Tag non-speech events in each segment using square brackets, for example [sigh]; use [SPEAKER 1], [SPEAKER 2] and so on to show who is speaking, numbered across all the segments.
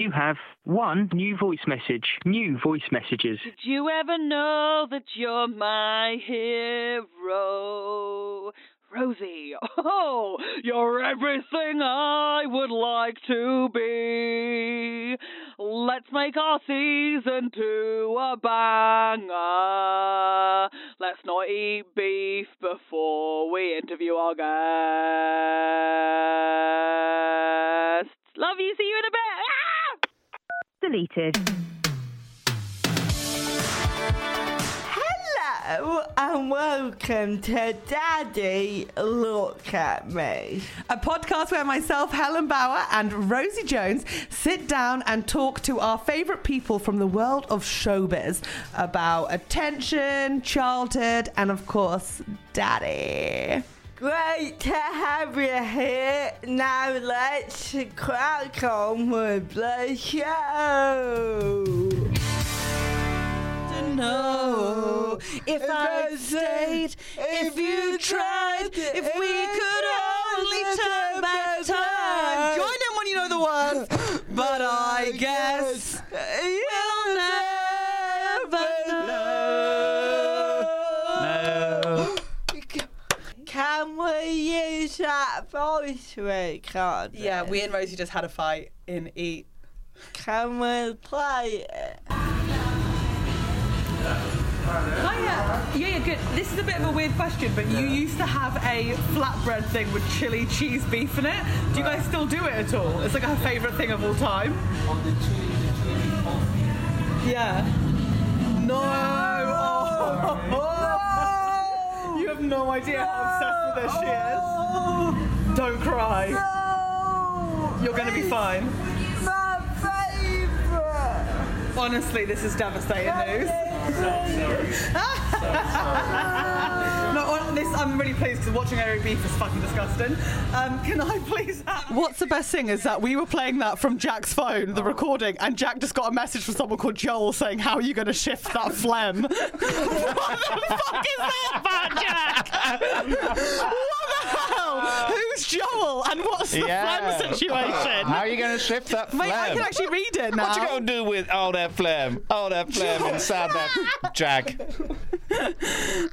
[SPEAKER 1] You have one new voice message. New voice messages.
[SPEAKER 2] Did you ever know that you're my hero? Rosie, oh, you're everything I would like to be. Let's make our season two a banger. Let's not eat beef before we interview our guests. Love you, see you in a bit. Ah!
[SPEAKER 3] Deleted.
[SPEAKER 4] Hello and welcome to Daddy Look at Me.
[SPEAKER 5] A podcast where myself, Helen Bauer, and Rosie Jones sit down and talk to our favourite people from the world of showbiz about attention, childhood, and of course, daddy.
[SPEAKER 4] Great to have you here. Now let's crack on with the show.
[SPEAKER 5] No, if
[SPEAKER 4] I stayed, if you tried, if we could only turn back time. Join
[SPEAKER 5] in when you know the
[SPEAKER 4] [laughs]
[SPEAKER 5] words, but I guess
[SPEAKER 4] You'll
[SPEAKER 5] never know.
[SPEAKER 4] [gasps] Can we use that voice recorder?
[SPEAKER 5] Yeah, we and Rosie just had a fight in Eat.
[SPEAKER 4] Can we play it?
[SPEAKER 6] Hiya. Oh, Yeah, yeah, good. This is a bit of a weird question, but you used to have a flatbread thing with chili cheese beef in it. Do you guys still do it at all? It's like our favourite thing of all time. Yeah. No. Oh. You have no idea how obsessed with this she is. Don't cry. You're going to be fine.
[SPEAKER 4] My favourite!
[SPEAKER 6] Honestly, this is devastating news. [laughs] No, on this I'm really pleased because watching Eric beef is fucking disgusting. Um, can I please have
[SPEAKER 5] What's the best thing is that we were playing that from Jack's phone,
[SPEAKER 7] Oh.
[SPEAKER 5] the recording, and Jack just got a message from someone called Joel saying, How are you going to shift that phlegm? [laughs] what the fuck is that about, Jack? what the hell? Who's Joel and what's the
[SPEAKER 7] Yeah.
[SPEAKER 5] phlegm situation?
[SPEAKER 7] How are you going to shift that phlegm?
[SPEAKER 5] Mate, I can actually read it now.
[SPEAKER 7] what you going to do with all that phlegm? All that [laughs] phlegm inside that Jack.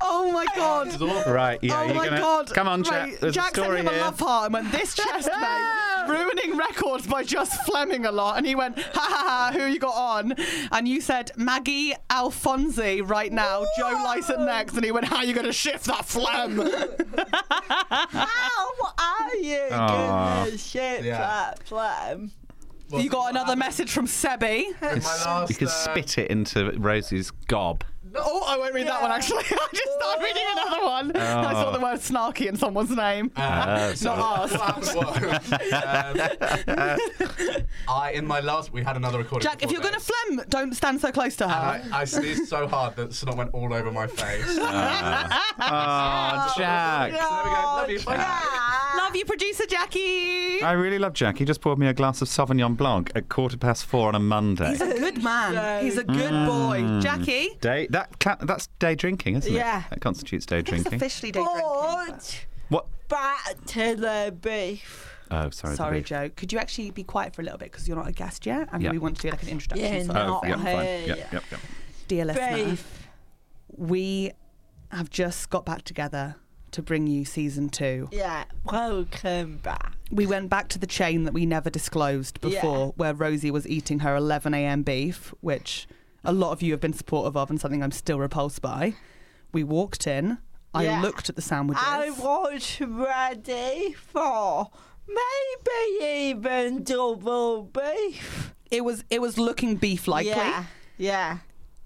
[SPEAKER 5] oh
[SPEAKER 7] [laughs]
[SPEAKER 5] my god.
[SPEAKER 7] Right, yeah.
[SPEAKER 5] oh
[SPEAKER 7] you're
[SPEAKER 5] my
[SPEAKER 7] gonna...
[SPEAKER 5] god.
[SPEAKER 7] Come on, Jack.
[SPEAKER 5] Mate,
[SPEAKER 7] There's
[SPEAKER 5] Jack
[SPEAKER 7] a story
[SPEAKER 5] sent him
[SPEAKER 7] here.
[SPEAKER 5] a love heart and went, This chest,
[SPEAKER 7] [laughs]
[SPEAKER 5] mate, ruining records by just flemming a lot. And he went, Ha ha ha, who you got on? And you said, Maggie Alfonsi right now, Joe Lyson next. And he went, How you going to shift
[SPEAKER 7] [laughs]
[SPEAKER 5] that phlegm?
[SPEAKER 4] How are you
[SPEAKER 7] Aw.
[SPEAKER 4] going to shit
[SPEAKER 8] Yeah.
[SPEAKER 4] that phlegm?
[SPEAKER 5] you got another message from Sebi.
[SPEAKER 7] [laughs]
[SPEAKER 8] last,
[SPEAKER 7] You can
[SPEAKER 8] uh,
[SPEAKER 7] spit it into Rosie's
[SPEAKER 5] [laughs]
[SPEAKER 7] gob.
[SPEAKER 5] Oh, I won't read that one actually. [laughs] I just started reading another one. I
[SPEAKER 7] Oh.
[SPEAKER 5] saw the word snarky in someone's name.
[SPEAKER 7] Ah,
[SPEAKER 5] [laughs] Not us.
[SPEAKER 8] um, I in my last we had another recording.
[SPEAKER 5] Jack, if you're
[SPEAKER 8] before
[SPEAKER 5] going to
[SPEAKER 8] this,
[SPEAKER 5] phlegm, don't stand so close to her.
[SPEAKER 8] and I, I sneezed so hard that snot went all over my face.
[SPEAKER 7] Oh, Jack.
[SPEAKER 8] So there we go. Love you. Bye.
[SPEAKER 5] Love you, producer Jackie.
[SPEAKER 7] I really love Jack. He just poured me a glass of Sauvignon Blanc at quarter past four on a Monday.
[SPEAKER 5] He's a good man. He's a good boy. Jackie,
[SPEAKER 7] Day that ca- that's day drinking, isn't
[SPEAKER 4] Yeah.
[SPEAKER 7] it? That constitutes day
[SPEAKER 5] it's
[SPEAKER 7] drinking.
[SPEAKER 5] officially day drinking.
[SPEAKER 4] But
[SPEAKER 7] What?
[SPEAKER 4] back to the beef.
[SPEAKER 7] Oh, sorry. the
[SPEAKER 5] Sorry,
[SPEAKER 7] beef.
[SPEAKER 5] Joe. Could you actually be quiet for a little bit because you're not a guest yet, and
[SPEAKER 7] Yeah.
[SPEAKER 5] we want to do like an introduction.
[SPEAKER 4] Yeah,
[SPEAKER 5] so,
[SPEAKER 4] no.
[SPEAKER 7] Oh,
[SPEAKER 4] Not
[SPEAKER 7] yeah, fine.
[SPEAKER 4] here.
[SPEAKER 7] Yep, yep, yep.
[SPEAKER 5] dear listener,
[SPEAKER 4] Beef.
[SPEAKER 5] we have just got back together to bring you season two.
[SPEAKER 4] Yeah, welcome back.
[SPEAKER 5] We went back to the chain that we never disclosed
[SPEAKER 4] Yeah.
[SPEAKER 5] before, where Rosie was eating her 11 a.m. beef, which a lot of you have been supportive of, and something I'm still repulsed by. We walked in. I
[SPEAKER 4] Yeah.
[SPEAKER 5] looked at the sandwiches.
[SPEAKER 4] I was ready for maybe even double beef.
[SPEAKER 5] It was it was looking beef likely.
[SPEAKER 4] Yeah, yeah.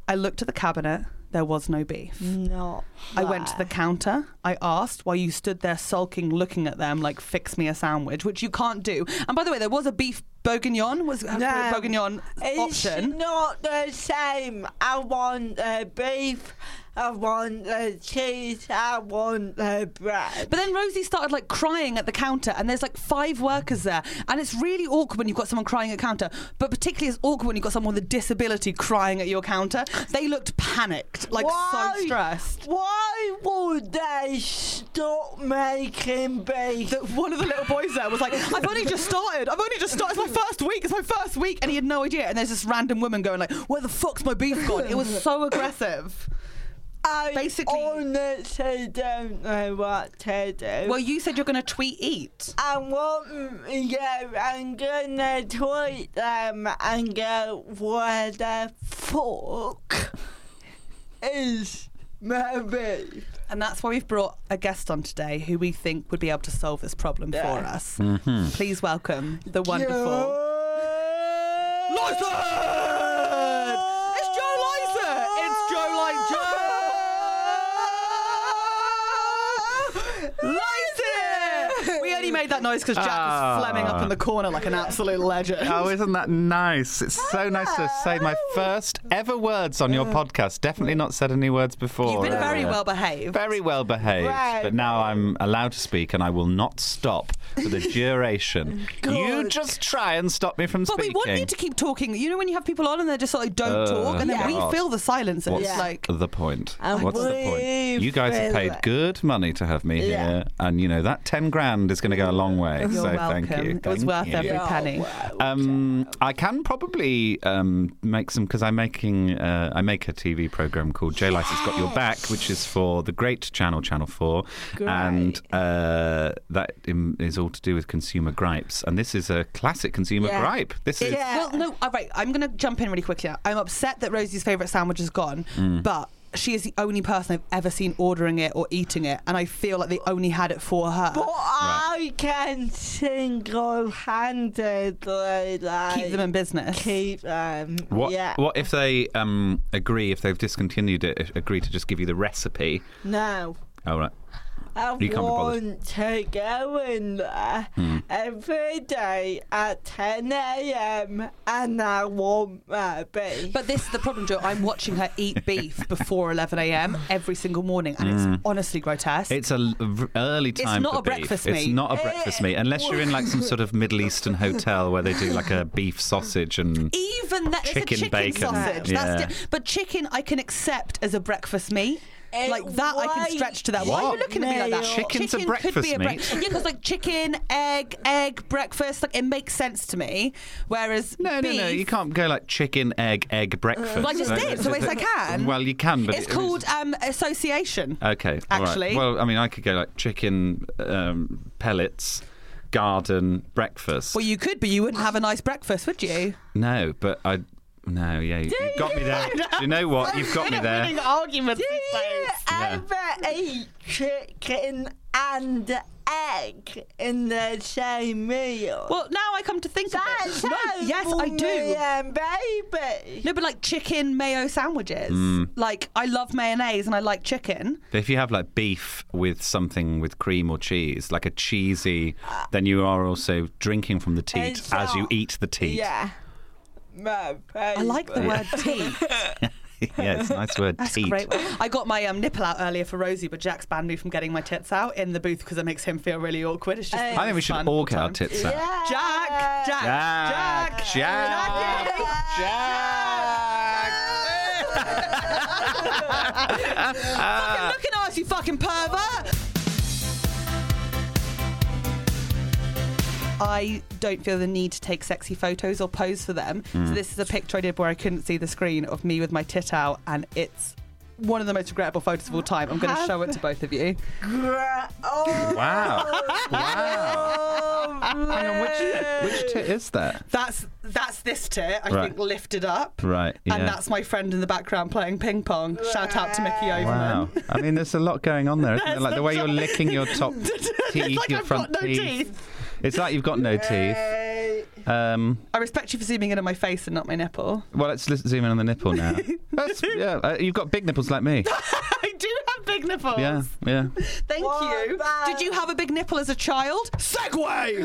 [SPEAKER 5] I looked at the cabinet There was no beef.
[SPEAKER 9] No.
[SPEAKER 5] I went to the counter. I asked while you stood there sulking, looking at them like, "Fix me a sandwich," which you can't do. And by the way, there was a beef bourguignon was uh,
[SPEAKER 4] No.
[SPEAKER 5] bourguignon
[SPEAKER 4] It's
[SPEAKER 5] option.
[SPEAKER 4] not the same. I want the beef. I want the cheese. I want the bread.
[SPEAKER 5] But then Rosie started like crying at the counter, and there's like five workers there, and it's really awkward when you've got someone crying at the counter. But particularly it's awkward when you've got someone with a disability crying at your counter. They looked panicked, like so stressed.
[SPEAKER 4] Why would they stop making beef?
[SPEAKER 5] one of the little boys there was like, I've only just started. I've only just started. It's my first week. It's my first week, and he had no idea. And there's this random woman going like, "Where the fuck's my beef gone?" It was so aggressive.
[SPEAKER 4] I
[SPEAKER 5] Basically-
[SPEAKER 4] honestly don't know what to do.
[SPEAKER 5] Well, you said you're going to tweet eat.
[SPEAKER 4] I want, yeah, I'm gonna tweet them and go, where the fuck is my beef?
[SPEAKER 5] And that's why we've brought a guest on today who we think would be able to solve this problem for us.
[SPEAKER 7] Mhm.
[SPEAKER 5] Please welcome the wonderful.
[SPEAKER 4] Lyson!
[SPEAKER 5] It's Joe Lyson! It's Joe like Joe! Lyson! We only made that noise because Jack was
[SPEAKER 7] Ah.
[SPEAKER 5] flemming up in the corner like an absolute legend.
[SPEAKER 7] Oh, isn't that nice? It's so nice to say my first ever words on your podcast. Definitely not said any words before.
[SPEAKER 5] You've been very
[SPEAKER 7] Yeah.
[SPEAKER 5] well behaved.
[SPEAKER 7] Very well behaved,
[SPEAKER 5] Right.
[SPEAKER 7] but now I'm allowed to speak and I will not stop for
[SPEAKER 5] [laughs]
[SPEAKER 7] the duration. you just try and stop me from
[SPEAKER 5] But we
[SPEAKER 7] speaking.
[SPEAKER 5] want you to keep talking. You know when you have people on and they're just like, don't
[SPEAKER 7] Uh,
[SPEAKER 5] talk, and then
[SPEAKER 7] God.
[SPEAKER 5] we fill the silences.
[SPEAKER 7] What's
[SPEAKER 5] Like,
[SPEAKER 7] the point?
[SPEAKER 5] And
[SPEAKER 7] What's the
[SPEAKER 5] we
[SPEAKER 7] point? You guys have paid
[SPEAKER 5] feel it.
[SPEAKER 7] good money to have me
[SPEAKER 5] Yeah.
[SPEAKER 7] here, and you know that ten grand is going to go a long way.
[SPEAKER 5] You're
[SPEAKER 7] so thank
[SPEAKER 5] welcome.
[SPEAKER 7] you.
[SPEAKER 5] It was
[SPEAKER 7] Thank
[SPEAKER 5] worth
[SPEAKER 7] you.
[SPEAKER 5] every
[SPEAKER 4] Oh,
[SPEAKER 5] penny.
[SPEAKER 7] Um, I can probably um, make some because I'm making uh, I make a TV program called J Lice has got your back, which is for the great channel Channel Four, and uh, that im- is all to do with consumer gripes. And this is a classic consumer gripe. This is
[SPEAKER 5] Well, no, all right. I'm going to jump in really quickly. I'm upset that Rosie's favourite sandwich is gone,
[SPEAKER 7] Mm.
[SPEAKER 5] but she is the only person I've ever seen ordering it or eating it, and I feel like they only had it for her.
[SPEAKER 4] But I can single handedly like,
[SPEAKER 5] Keep them in business.
[SPEAKER 4] Keep them.
[SPEAKER 7] What,
[SPEAKER 4] Yeah.
[SPEAKER 7] what if they um, agree, if they've discontinued it, agree to just give you the recipe?
[SPEAKER 4] No.
[SPEAKER 7] All right.
[SPEAKER 4] I
[SPEAKER 7] You can't be Hmm. bothered.
[SPEAKER 4] want to go in there every day at 10 a.m. and I want my beef.
[SPEAKER 5] But this is the problem, Joe. I'm watching her eat beef before 11 a.m. every single morning, and it's
[SPEAKER 7] Mm.
[SPEAKER 5] honestly grotesque.
[SPEAKER 7] It's a l- v- early
[SPEAKER 5] It's
[SPEAKER 7] time.
[SPEAKER 5] not
[SPEAKER 7] for
[SPEAKER 5] a breakfast
[SPEAKER 7] beef.
[SPEAKER 5] meat.
[SPEAKER 7] It's not a breakfast meat, unless you're in like some sort
[SPEAKER 5] [laughs]
[SPEAKER 7] of Middle Eastern hotel where they do like a beef sausage and
[SPEAKER 5] Even that, it's a
[SPEAKER 7] Chicken
[SPEAKER 5] chicken
[SPEAKER 7] bacon.
[SPEAKER 5] sausage. That's
[SPEAKER 7] Yeah.
[SPEAKER 5] di- but chicken, I can accept as a breakfast meat. like that, I can stretch to that. Eh, Why are you
[SPEAKER 7] What?
[SPEAKER 5] looking at me like that?
[SPEAKER 7] Chicken's a
[SPEAKER 5] chicken could
[SPEAKER 7] breakfast
[SPEAKER 5] be a
[SPEAKER 7] meat.
[SPEAKER 5] breakfast. Yeah, because like chicken, egg, egg, breakfast. Like it makes sense to me. Whereas
[SPEAKER 7] no, no,
[SPEAKER 5] beef,
[SPEAKER 7] no, you can't go like chicken, egg, egg breakfast.
[SPEAKER 5] Well, I just
[SPEAKER 7] Like,
[SPEAKER 5] did, so yes, I can.
[SPEAKER 7] Well, you can, but
[SPEAKER 5] it's
[SPEAKER 7] it-
[SPEAKER 5] called um, association.
[SPEAKER 7] Okay. all right.
[SPEAKER 5] Actually.
[SPEAKER 7] well, I mean, I could go like chicken um, pellets, garden breakfast.
[SPEAKER 5] Well, you could, but you wouldn't have a nice breakfast, would you?
[SPEAKER 7] No, but I. No, yeah, you, you've got me there. Do you know what? You've got me there.
[SPEAKER 5] arguments.
[SPEAKER 7] Yeah.
[SPEAKER 4] ever eat chicken and egg in the same meal?
[SPEAKER 5] Well, now I come to think of it.
[SPEAKER 4] That's
[SPEAKER 5] No,
[SPEAKER 4] how
[SPEAKER 5] yes, I do.
[SPEAKER 4] me and baby.
[SPEAKER 5] No, but like chicken mayo sandwiches.
[SPEAKER 7] Mm.
[SPEAKER 5] Like I love mayonnaise and I like chicken.
[SPEAKER 7] But if you have like beef with something with cream or cheese, like a cheesy, then you are also drinking from the teat
[SPEAKER 4] It's
[SPEAKER 7] as you
[SPEAKER 4] not-
[SPEAKER 7] eat the teat. [laughs]
[SPEAKER 4] Yeah. My baby. I
[SPEAKER 5] like the word tea.
[SPEAKER 7] yeah, it's a nice word,
[SPEAKER 5] That's
[SPEAKER 7] teat.
[SPEAKER 5] great. [laughs] I got my um, nipple out earlier for Rosie, but Jack's banned me from getting my tits out in the booth because it makes him feel really awkward. It's just.
[SPEAKER 7] Oh, I think we should all get our tits out.
[SPEAKER 5] Jack, Jack,
[SPEAKER 7] Jack, Jack,
[SPEAKER 5] fucking look at us, you fucking pervert! I don't feel the need to take sexy photos or pose for them. So
[SPEAKER 7] Mm.
[SPEAKER 5] this is a picture I did where I couldn't see the screen of me with my tit out, and it's one of the most regrettable photos of all time. I'm going to show it to both of you.
[SPEAKER 4] Gra- oh,
[SPEAKER 7] [laughs] Wow. Hang on, which which tit is that?
[SPEAKER 5] That's that's this tit. I
[SPEAKER 7] Right.
[SPEAKER 5] think lifted up.
[SPEAKER 7] Right. Yeah.
[SPEAKER 5] And that's my friend in the background playing ping pong. Shout out to Mickey Overman.
[SPEAKER 7] Wow. I mean, there's a lot going on there, isn't there?
[SPEAKER 5] There's
[SPEAKER 7] Like the
[SPEAKER 5] a
[SPEAKER 7] way you're
[SPEAKER 5] lot.
[SPEAKER 7] licking your top teeth,
[SPEAKER 5] [laughs] [laughs] It's like
[SPEAKER 7] your
[SPEAKER 5] I've
[SPEAKER 7] front
[SPEAKER 5] got no
[SPEAKER 7] teeth.
[SPEAKER 5] teeth.
[SPEAKER 7] It's like you've got no teeth. Um,
[SPEAKER 5] I respect you for zooming in on my face and not my nipple. [laughs]
[SPEAKER 7] well, let's let's zoom in on the nipple now. That's, yeah, uh, you've got big nipples like me.
[SPEAKER 5] I do have big nipples.
[SPEAKER 7] Yeah, yeah.
[SPEAKER 5] Thank you. Did you have a big nipple as a child? Segway.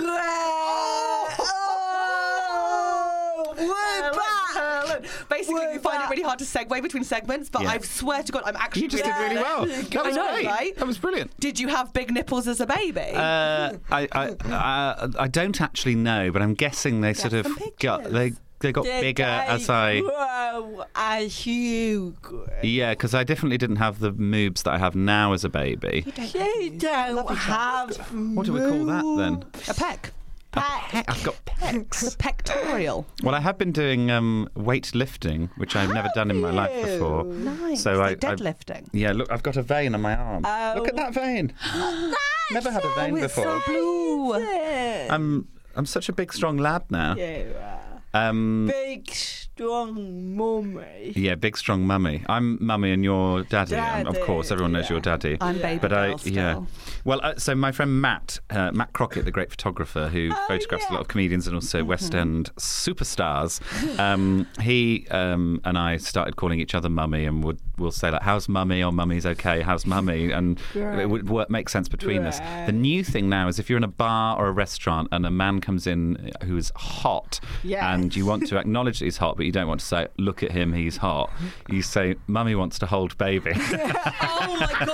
[SPEAKER 5] Helen, Helen. Basically, we find it really hard to segue between segments, but
[SPEAKER 7] Yeah.
[SPEAKER 5] I swear to God, I'm actually.
[SPEAKER 7] You just did really well. That
[SPEAKER 5] I
[SPEAKER 7] was
[SPEAKER 5] know,
[SPEAKER 7] great.
[SPEAKER 5] right?
[SPEAKER 7] That was brilliant.
[SPEAKER 5] Did you have big nipples as a baby?
[SPEAKER 7] Uh, I, I, uh, I don't actually know, but I'm guessing they sort of got they they got
[SPEAKER 4] Did
[SPEAKER 7] [laughs] bigger
[SPEAKER 4] I
[SPEAKER 7] as I
[SPEAKER 4] grow oh, as you grew?
[SPEAKER 7] yeah, because I definitely didn't have the moobs that I have now as a baby.
[SPEAKER 4] You don't have
[SPEAKER 7] What do we call that then?
[SPEAKER 5] A peck.
[SPEAKER 7] Peck. I've got
[SPEAKER 5] pecs. Pectorial.
[SPEAKER 7] Well, I have been doing um, weightlifting, which I've never done in my life
[SPEAKER 5] you?
[SPEAKER 7] before.
[SPEAKER 5] Oh, Nice, like Oh. deadlifting.
[SPEAKER 7] yeah, look, I've got a vein on my arm. Look at that
[SPEAKER 5] [gasps]
[SPEAKER 7] vein. never had a vein before.
[SPEAKER 5] Oh, blue.
[SPEAKER 7] I'm I'm such a big, strong lad now.
[SPEAKER 4] You are.
[SPEAKER 7] Um,
[SPEAKER 4] Big, strong
[SPEAKER 7] [laughs]
[SPEAKER 4] mummy.
[SPEAKER 7] Yeah, big strong mummy. I'm mummy and you're daddy. Um, of
[SPEAKER 4] Daddy,
[SPEAKER 7] course, everyone knows you're daddy.
[SPEAKER 4] I'm baby
[SPEAKER 7] But I,
[SPEAKER 4] girl still.
[SPEAKER 7] yeah. Well, uh, so my friend Matt, uh, Matt Crockett, the great photographer who photographs a lot of comedians and also West End superstars, um, he um, and I started calling each other mummy and would will say like, "How's mummy?" or "Mummy's okay." "How's mummy?" and it would work make sense between us. The new thing now is if you're in a bar or a restaurant and a man comes in uh, who is hot,
[SPEAKER 5] Yes.
[SPEAKER 7] and you want to acknowledge that he's hot, but you don't want to say, look at him, he's hot. You say, mummy wants to hold baby. [laughs]
[SPEAKER 5] oh my
[SPEAKER 4] [laughs]
[SPEAKER 5] god!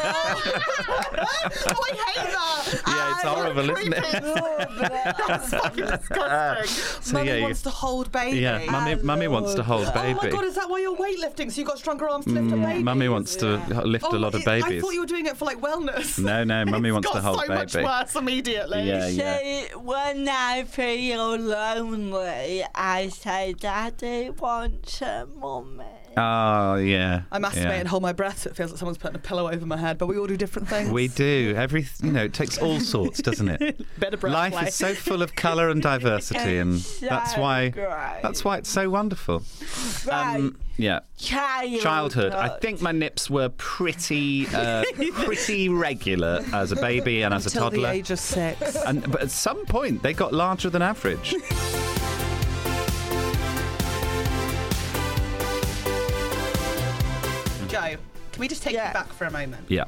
[SPEAKER 5] [laughs] oh, I hate that.
[SPEAKER 7] Yeah, it's
[SPEAKER 5] Ah,
[SPEAKER 7] horrible, [laughs]
[SPEAKER 5] you're
[SPEAKER 7] isn't it?
[SPEAKER 5] creeping. [laughs]
[SPEAKER 7] [laughs]
[SPEAKER 5] That's fucking disgusting.
[SPEAKER 7] so,
[SPEAKER 5] mummy
[SPEAKER 7] yeah, you-
[SPEAKER 5] wants to hold baby.
[SPEAKER 7] yeah, mummy, mummy wants to hold
[SPEAKER 5] Oh my
[SPEAKER 7] baby.
[SPEAKER 5] god, is that why you're weightlifting? So you've got stronger arms to lift a
[SPEAKER 7] Mm,
[SPEAKER 5] baby?
[SPEAKER 7] mummy wants to h- lift
[SPEAKER 5] Oh,
[SPEAKER 7] a lot of
[SPEAKER 5] it- I
[SPEAKER 7] babies.
[SPEAKER 5] thought you were doing it for like wellness.
[SPEAKER 7] No, no, mummy wants
[SPEAKER 5] [laughs] got
[SPEAKER 7] to hold
[SPEAKER 5] so much
[SPEAKER 7] baby.
[SPEAKER 5] worse immediately.
[SPEAKER 7] Yeah, yeah.
[SPEAKER 4] See, when I feel lonely, I say, Daddy wants a mummy.
[SPEAKER 7] Oh, yeah.
[SPEAKER 5] I masturbate
[SPEAKER 7] yeah.
[SPEAKER 5] and hold my breath, so it feels like someone's putting a pillow over my head. But we all do different things.
[SPEAKER 7] We do. Every, you know, it takes all sorts, doesn't it?
[SPEAKER 5] Better [laughs] breath
[SPEAKER 7] Life
[SPEAKER 5] play.
[SPEAKER 7] is so full of colour and diversity, and
[SPEAKER 5] [laughs]
[SPEAKER 7] that's why that's why it's so wonderful. Um, yeah.
[SPEAKER 4] Childhood.
[SPEAKER 7] Childhood. I think my nips were pretty,
[SPEAKER 5] [laughs]
[SPEAKER 7] uh, pretty regular as a baby and as a
[SPEAKER 5] Until the
[SPEAKER 7] toddler.
[SPEAKER 5] age of six.
[SPEAKER 7] And but at some point they got larger than average.
[SPEAKER 5] [laughs] Joe, can we just take you back for a moment?
[SPEAKER 7] yeah.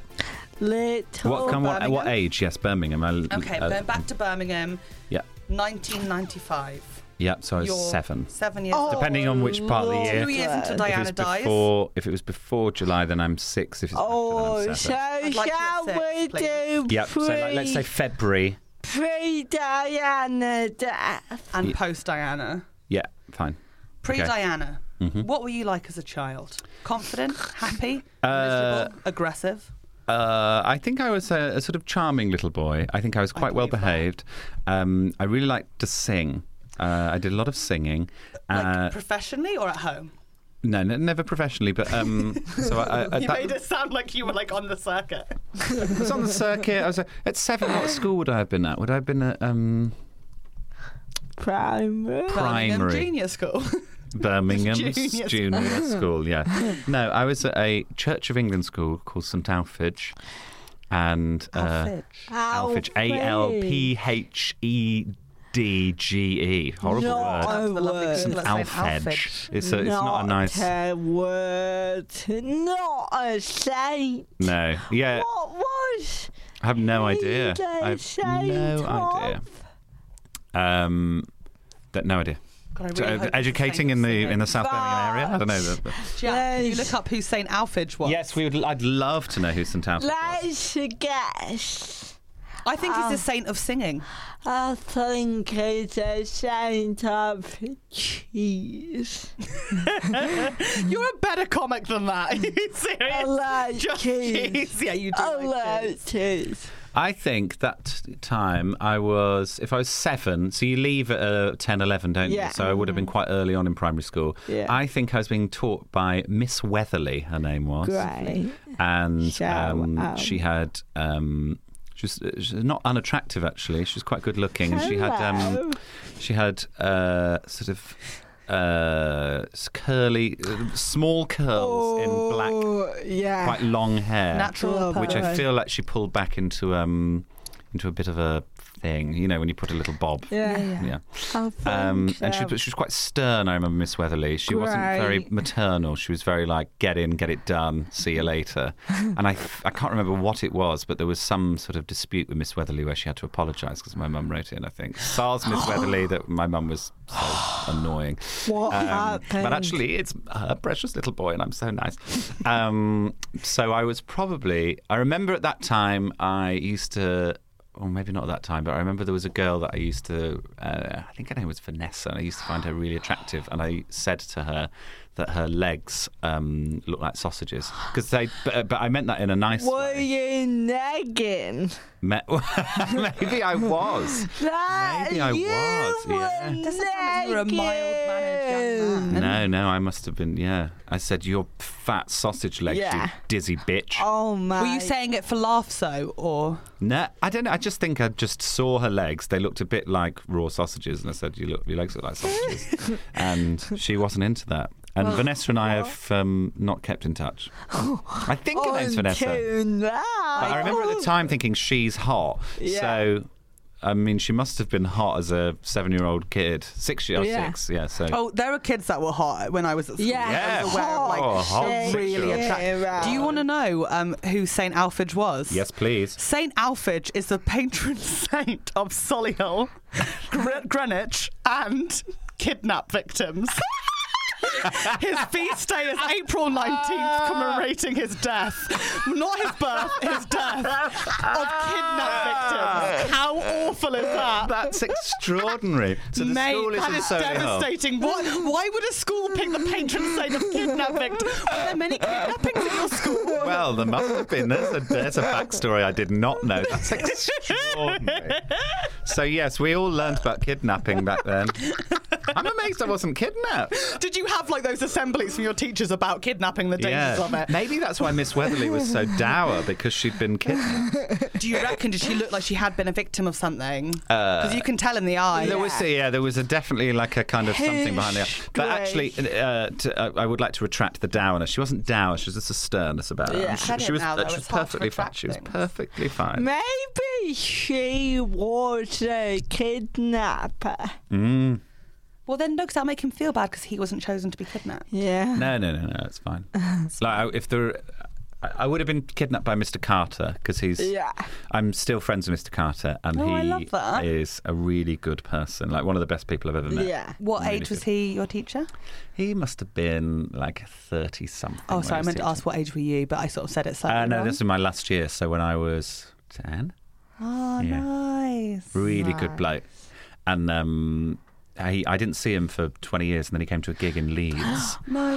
[SPEAKER 4] Little.
[SPEAKER 7] What can what, what
[SPEAKER 5] Birmingham.
[SPEAKER 7] age? Yes, Birmingham. I,
[SPEAKER 5] Okay,
[SPEAKER 7] uh,
[SPEAKER 5] then back to Birmingham,
[SPEAKER 7] Yeah.
[SPEAKER 5] 1995.
[SPEAKER 7] Yeah. So I was
[SPEAKER 5] You're
[SPEAKER 7] seven.
[SPEAKER 5] Seven years. old.
[SPEAKER 7] Depending on which part of the year.
[SPEAKER 5] Oh, Two years until
[SPEAKER 7] If
[SPEAKER 5] Diana
[SPEAKER 7] it's
[SPEAKER 5] dies.
[SPEAKER 7] before, if it was before July, then I'm six. If it's after, then
[SPEAKER 4] Oh,
[SPEAKER 7] I'm
[SPEAKER 4] so
[SPEAKER 7] seven.
[SPEAKER 5] like to
[SPEAKER 4] shall we
[SPEAKER 5] accept,
[SPEAKER 4] do
[SPEAKER 7] Yep. So
[SPEAKER 4] pre,
[SPEAKER 7] like, let's say February.
[SPEAKER 4] pre Diana death?
[SPEAKER 5] And
[SPEAKER 7] Yeah.
[SPEAKER 5] post Diana.
[SPEAKER 7] Yeah. Fine.
[SPEAKER 5] Pre
[SPEAKER 7] Okay.
[SPEAKER 5] Diana.
[SPEAKER 7] Mhm.
[SPEAKER 5] What were you like as a child? Confident, happy,
[SPEAKER 7] Uh,
[SPEAKER 5] aggressive.
[SPEAKER 7] Uh, I think I was a, a sort of charming little boy. I think I was quite well behaved. Um, I really liked to sing. Uh, I did a lot of singing. Uh,
[SPEAKER 5] Professionally or at home?
[SPEAKER 7] no, no, never professionally, but
[SPEAKER 5] [laughs]
[SPEAKER 7] um, so I, I,
[SPEAKER 5] you
[SPEAKER 7] that-
[SPEAKER 5] made it sound like you were like on the circuit.
[SPEAKER 7] I was on the circuit. I was uh, at seven. What school would I have been at? Would I have been at um,
[SPEAKER 4] Primary.
[SPEAKER 5] Birmingham
[SPEAKER 7] Primary. [laughs]
[SPEAKER 5] Junior School.
[SPEAKER 7] Birmingham's [laughs]
[SPEAKER 5] Junior
[SPEAKER 7] junior,
[SPEAKER 5] school.
[SPEAKER 7] school? Yeah. No, I was at a Church of England school called St Alphage, and uh, Alphage. A L P H E D G E. Horrible
[SPEAKER 4] No
[SPEAKER 7] word.
[SPEAKER 4] a word.
[SPEAKER 7] It's an alphage. It's, a, it's not a nice.
[SPEAKER 4] a word. Not a saint.
[SPEAKER 7] No. Yeah.
[SPEAKER 4] What was?
[SPEAKER 7] I have no idea.
[SPEAKER 4] Did they
[SPEAKER 7] I have
[SPEAKER 4] say
[SPEAKER 7] no
[SPEAKER 4] top?
[SPEAKER 7] idea. Um, that, no idea.
[SPEAKER 5] God, I really
[SPEAKER 7] So,
[SPEAKER 5] hope
[SPEAKER 7] uh,
[SPEAKER 5] it's the
[SPEAKER 7] educating in the in the South Birmingham area. I don't know. The, the-
[SPEAKER 5] Jack, can you look up who St Alphage was?
[SPEAKER 7] yes, we would. I'd love to know who's St Alphage.
[SPEAKER 4] Let's guess.
[SPEAKER 5] I think
[SPEAKER 7] Ah.
[SPEAKER 5] he's a saint of singing.
[SPEAKER 4] I think he's a saint of
[SPEAKER 7] [laughs]
[SPEAKER 4] cheese.
[SPEAKER 5] You're a better comic than that. [laughs] Are you serious?
[SPEAKER 4] like
[SPEAKER 5] Just
[SPEAKER 4] cheese.
[SPEAKER 5] cheese. Yeah, you do.
[SPEAKER 4] I
[SPEAKER 5] like
[SPEAKER 4] like cheese.
[SPEAKER 7] I think that time I was, if I was seven, so you leave at uh, 10, 11, don't
[SPEAKER 4] Yeah. Mm-hmm.
[SPEAKER 7] you? So I would have been quite early on in primary school.
[SPEAKER 4] Yeah.
[SPEAKER 7] I think I was being taught by Miss Weatherly, her name was.
[SPEAKER 4] Great.
[SPEAKER 7] And um,
[SPEAKER 4] out.
[SPEAKER 7] she had, um, she was, uh, she was not unattractive actually, she was quite good looking. She had,
[SPEAKER 4] Hello.
[SPEAKER 7] um, she had uh, sort of uh, s- curly, uh, small curls in black
[SPEAKER 4] Oh. Yeah.
[SPEAKER 7] quite long hair,
[SPEAKER 5] Natural
[SPEAKER 7] which I
[SPEAKER 5] pearl.
[SPEAKER 7] feel like she pulled back into um into a bit of a thing, you know, when you put a little bob.
[SPEAKER 4] Yeah, yeah. Oh,
[SPEAKER 7] Um,
[SPEAKER 4] thanks,
[SPEAKER 7] and she,
[SPEAKER 4] um,
[SPEAKER 7] but she was quite stern, I remember Miss Weatherly. She wasn't very
[SPEAKER 4] Great.
[SPEAKER 7] maternal. She was very like, get in, get it done, see you later. and I, I can't remember what it was, but there was some sort of dispute with Miss Weatherly where she had to apologise because my mum wrote in, I think. SARS Miss Weatherly, that my mum was
[SPEAKER 4] [gasps]
[SPEAKER 7] so annoying.
[SPEAKER 4] What
[SPEAKER 7] um, But
[SPEAKER 4] happened?
[SPEAKER 7] actually, it's her precious little boy, and I'm so nice. um, so I was probably, I remember at that time, I used to, or maybe not at that time, but I remember there was a girl that I used to, uh, I think her name was Vanessa, and I used to find her really attractive. And I said to her that her legs um, looked like sausages. Because they, but, but I meant that in a nice way.
[SPEAKER 4] Were you nagging?
[SPEAKER 7] Me- [laughs] maybe I was.
[SPEAKER 4] That
[SPEAKER 7] Maybe I
[SPEAKER 4] you
[SPEAKER 7] was,
[SPEAKER 4] were
[SPEAKER 7] yeah.
[SPEAKER 4] nagging.
[SPEAKER 9] you're a mild-mannered young man.
[SPEAKER 7] No, no, I must have been, yeah. I said, Your fat sausage legs,
[SPEAKER 5] Yeah.
[SPEAKER 7] you dizzy bitch.
[SPEAKER 4] Oh my!
[SPEAKER 5] Were you saying it for laughs though, or
[SPEAKER 7] No, I don't know. I just think I just saw her legs. They looked a bit like raw sausages, and I said, "You look, your legs look like
[SPEAKER 5] [laughs]
[SPEAKER 7] sausages." and she wasn't into that. And
[SPEAKER 4] Well,
[SPEAKER 7] Vanessa and I have um, not kept in
[SPEAKER 5] [laughs]
[SPEAKER 7] touch. I think
[SPEAKER 5] Oh,
[SPEAKER 7] her name's Vanessa.
[SPEAKER 4] Until now.
[SPEAKER 7] But I remember at the time thinking she's hot.
[SPEAKER 4] Yeah.
[SPEAKER 7] So, I mean, she must have been hot as a seven-year-old kid, six year or
[SPEAKER 5] Yeah.
[SPEAKER 7] six, yeah. So,
[SPEAKER 5] Oh, there were kids that were hot when I was at school.
[SPEAKER 7] Yeah.
[SPEAKER 5] I was aware of, like,
[SPEAKER 7] Oh, hot
[SPEAKER 5] really
[SPEAKER 7] sexual.
[SPEAKER 5] attractive. Do you want to know um, who Saint Alphage was?
[SPEAKER 7] yes, please.
[SPEAKER 5] Saint Alphage is the patron [laughs] saint of Solihull, Gre- Greenwich, and
[SPEAKER 7] [laughs]
[SPEAKER 5] kidnap victims. his feast day is April 19th, commemorating his death. Not his birth, his death of kidnap victims. How awful is that?
[SPEAKER 7] That's extraordinary. So the
[SPEAKER 5] Mate,
[SPEAKER 7] school is
[SPEAKER 5] that
[SPEAKER 7] in
[SPEAKER 5] is
[SPEAKER 7] Solihull.
[SPEAKER 5] devastating. What? Why would a school pick the patron saint of kidnapping? Were there many kidnappings in your school?
[SPEAKER 7] Well, there must have been. There's a, there's a backstory I did not know. [laughs] That's extraordinary. So, yes, we all learned about kidnapping back then. I'm amazed I wasn't kidnapped.
[SPEAKER 5] Did you have like those assemblies from your teachers about kidnapping the dangers of
[SPEAKER 7] Yeah. [laughs]
[SPEAKER 5] it?
[SPEAKER 7] Maybe that's why Miss Weatherly was so dour because she'd been kidnapped.
[SPEAKER 5] Do you reckon did she look like she had been a victim of something?
[SPEAKER 7] Uh,
[SPEAKER 5] Because you can tell in the eye.
[SPEAKER 7] There was, yeah, there was a definitely like a kind of something behind the eye. But actually, uh, to, uh, I would like to retract the dourness. She wasn't dour; she was just a sternness about
[SPEAKER 4] Yeah.
[SPEAKER 7] her. She, she
[SPEAKER 4] Said it
[SPEAKER 7] was, uh,
[SPEAKER 4] now, though,
[SPEAKER 7] she was
[SPEAKER 4] it's hard to
[SPEAKER 7] perfectly fine.
[SPEAKER 4] retract
[SPEAKER 7] She was perfectly fine.
[SPEAKER 4] Maybe she was a kidnapper.
[SPEAKER 7] Mm.
[SPEAKER 5] Well, then, no, 'cause that'll make him feel bad because he wasn't chosen to be kidnapped.
[SPEAKER 4] Yeah.
[SPEAKER 7] No, no, no, no. It's
[SPEAKER 5] [laughs]
[SPEAKER 7] fine. like I- if there, I, I would have been kidnapped by Mr. Carter because he's.
[SPEAKER 5] Yeah.
[SPEAKER 7] I'm still friends with Mr. Carter, and
[SPEAKER 5] Oh,
[SPEAKER 7] he
[SPEAKER 5] I
[SPEAKER 7] is
[SPEAKER 5] love that.
[SPEAKER 7] a really good person. Like one of the best people I've ever met.
[SPEAKER 5] What
[SPEAKER 7] Really
[SPEAKER 5] age was
[SPEAKER 7] good.
[SPEAKER 5] he your teacher?
[SPEAKER 7] He must have been like thirty something.
[SPEAKER 5] Oh,
[SPEAKER 7] when
[SPEAKER 5] sorry, I
[SPEAKER 7] was
[SPEAKER 5] meant to
[SPEAKER 7] teaching.
[SPEAKER 5] ask what age were you, but I sort of said it slightly
[SPEAKER 7] Uh, no,
[SPEAKER 5] wrong.
[SPEAKER 7] this is my last year. So when I was ten,
[SPEAKER 5] Oh,
[SPEAKER 7] Yeah.
[SPEAKER 5] nice.
[SPEAKER 7] really good bloke, and um, I, I didn't see him for twenty years, and then he came to a gig in
[SPEAKER 5] [gasps]
[SPEAKER 7] Leeds.
[SPEAKER 5] No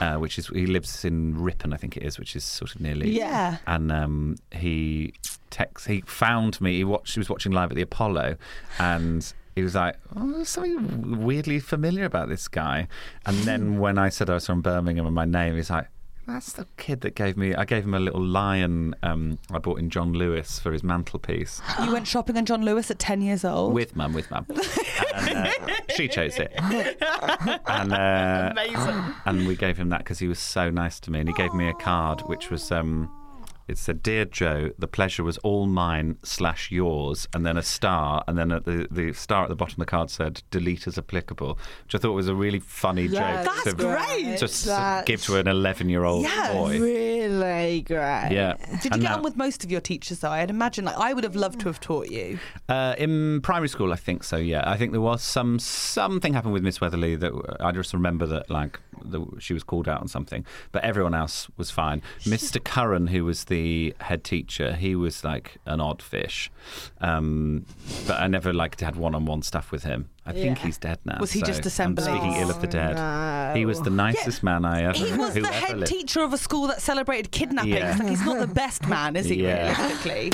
[SPEAKER 7] [laughs]
[SPEAKER 5] way.
[SPEAKER 7] uh, which is he lives in Ripon, I think it is, which is sort of near Leeds.
[SPEAKER 5] Yeah.
[SPEAKER 7] And um, he text he found me. He watched. He was watching live at the Apollo, and. He was like, oh, there's something weirdly familiar about this guy. And then when I said I was from Birmingham and my name, he's like, that's the kid that gave me, I gave him a little lion um, I bought in John Lewis for his mantelpiece.
[SPEAKER 5] You went shopping on John Lewis at 10 years old.
[SPEAKER 7] With mum, with mum. And, uh, she chose it. And, uh,
[SPEAKER 5] Amazing.
[SPEAKER 7] And we gave him that because he was so nice to me. And he gave me a card which was. Um, it said, "Dear Joe, the pleasure was all mine slash yours," and then a star, and then at the the star at the bottom of the card said, "Delete as applicable," which I thought was a really funny
[SPEAKER 4] That's
[SPEAKER 7] joke. to,
[SPEAKER 4] great.
[SPEAKER 7] To s-
[SPEAKER 4] That's-
[SPEAKER 7] give to an eleven-year-old boy.
[SPEAKER 4] Really great.
[SPEAKER 7] Yeah.
[SPEAKER 5] Did you
[SPEAKER 7] And
[SPEAKER 5] get
[SPEAKER 7] now-
[SPEAKER 5] on with most of your teachers though? I'd imagine like I would have loved to have taught you.
[SPEAKER 7] Uh, in primary school, I think so. Yeah, I think there was some something happened with Miss Weatherly that I just remember that like the, she was called out on something, but everyone else was fine. Mr. Curran, who was the head teacher, he was like an odd fish, um, but I never like had one-on-one stuff with him. I think
[SPEAKER 5] Yeah.
[SPEAKER 7] he's dead now.
[SPEAKER 5] Was he
[SPEAKER 7] so
[SPEAKER 5] just
[SPEAKER 7] I'm
[SPEAKER 5] assembly?
[SPEAKER 7] speaking ill of the dead.
[SPEAKER 5] Oh,
[SPEAKER 7] He was the
[SPEAKER 5] no.
[SPEAKER 7] nicest man I ever.
[SPEAKER 5] He
[SPEAKER 7] [laughs]
[SPEAKER 5] was
[SPEAKER 7] who
[SPEAKER 5] the
[SPEAKER 7] ever
[SPEAKER 5] head
[SPEAKER 7] lived.
[SPEAKER 5] teacher of a school that celebrated kidnappings.
[SPEAKER 7] Yeah.
[SPEAKER 5] Like he's not the best man, is
[SPEAKER 7] [laughs]
[SPEAKER 5] he?
[SPEAKER 7] Yeah.
[SPEAKER 5] Realistically.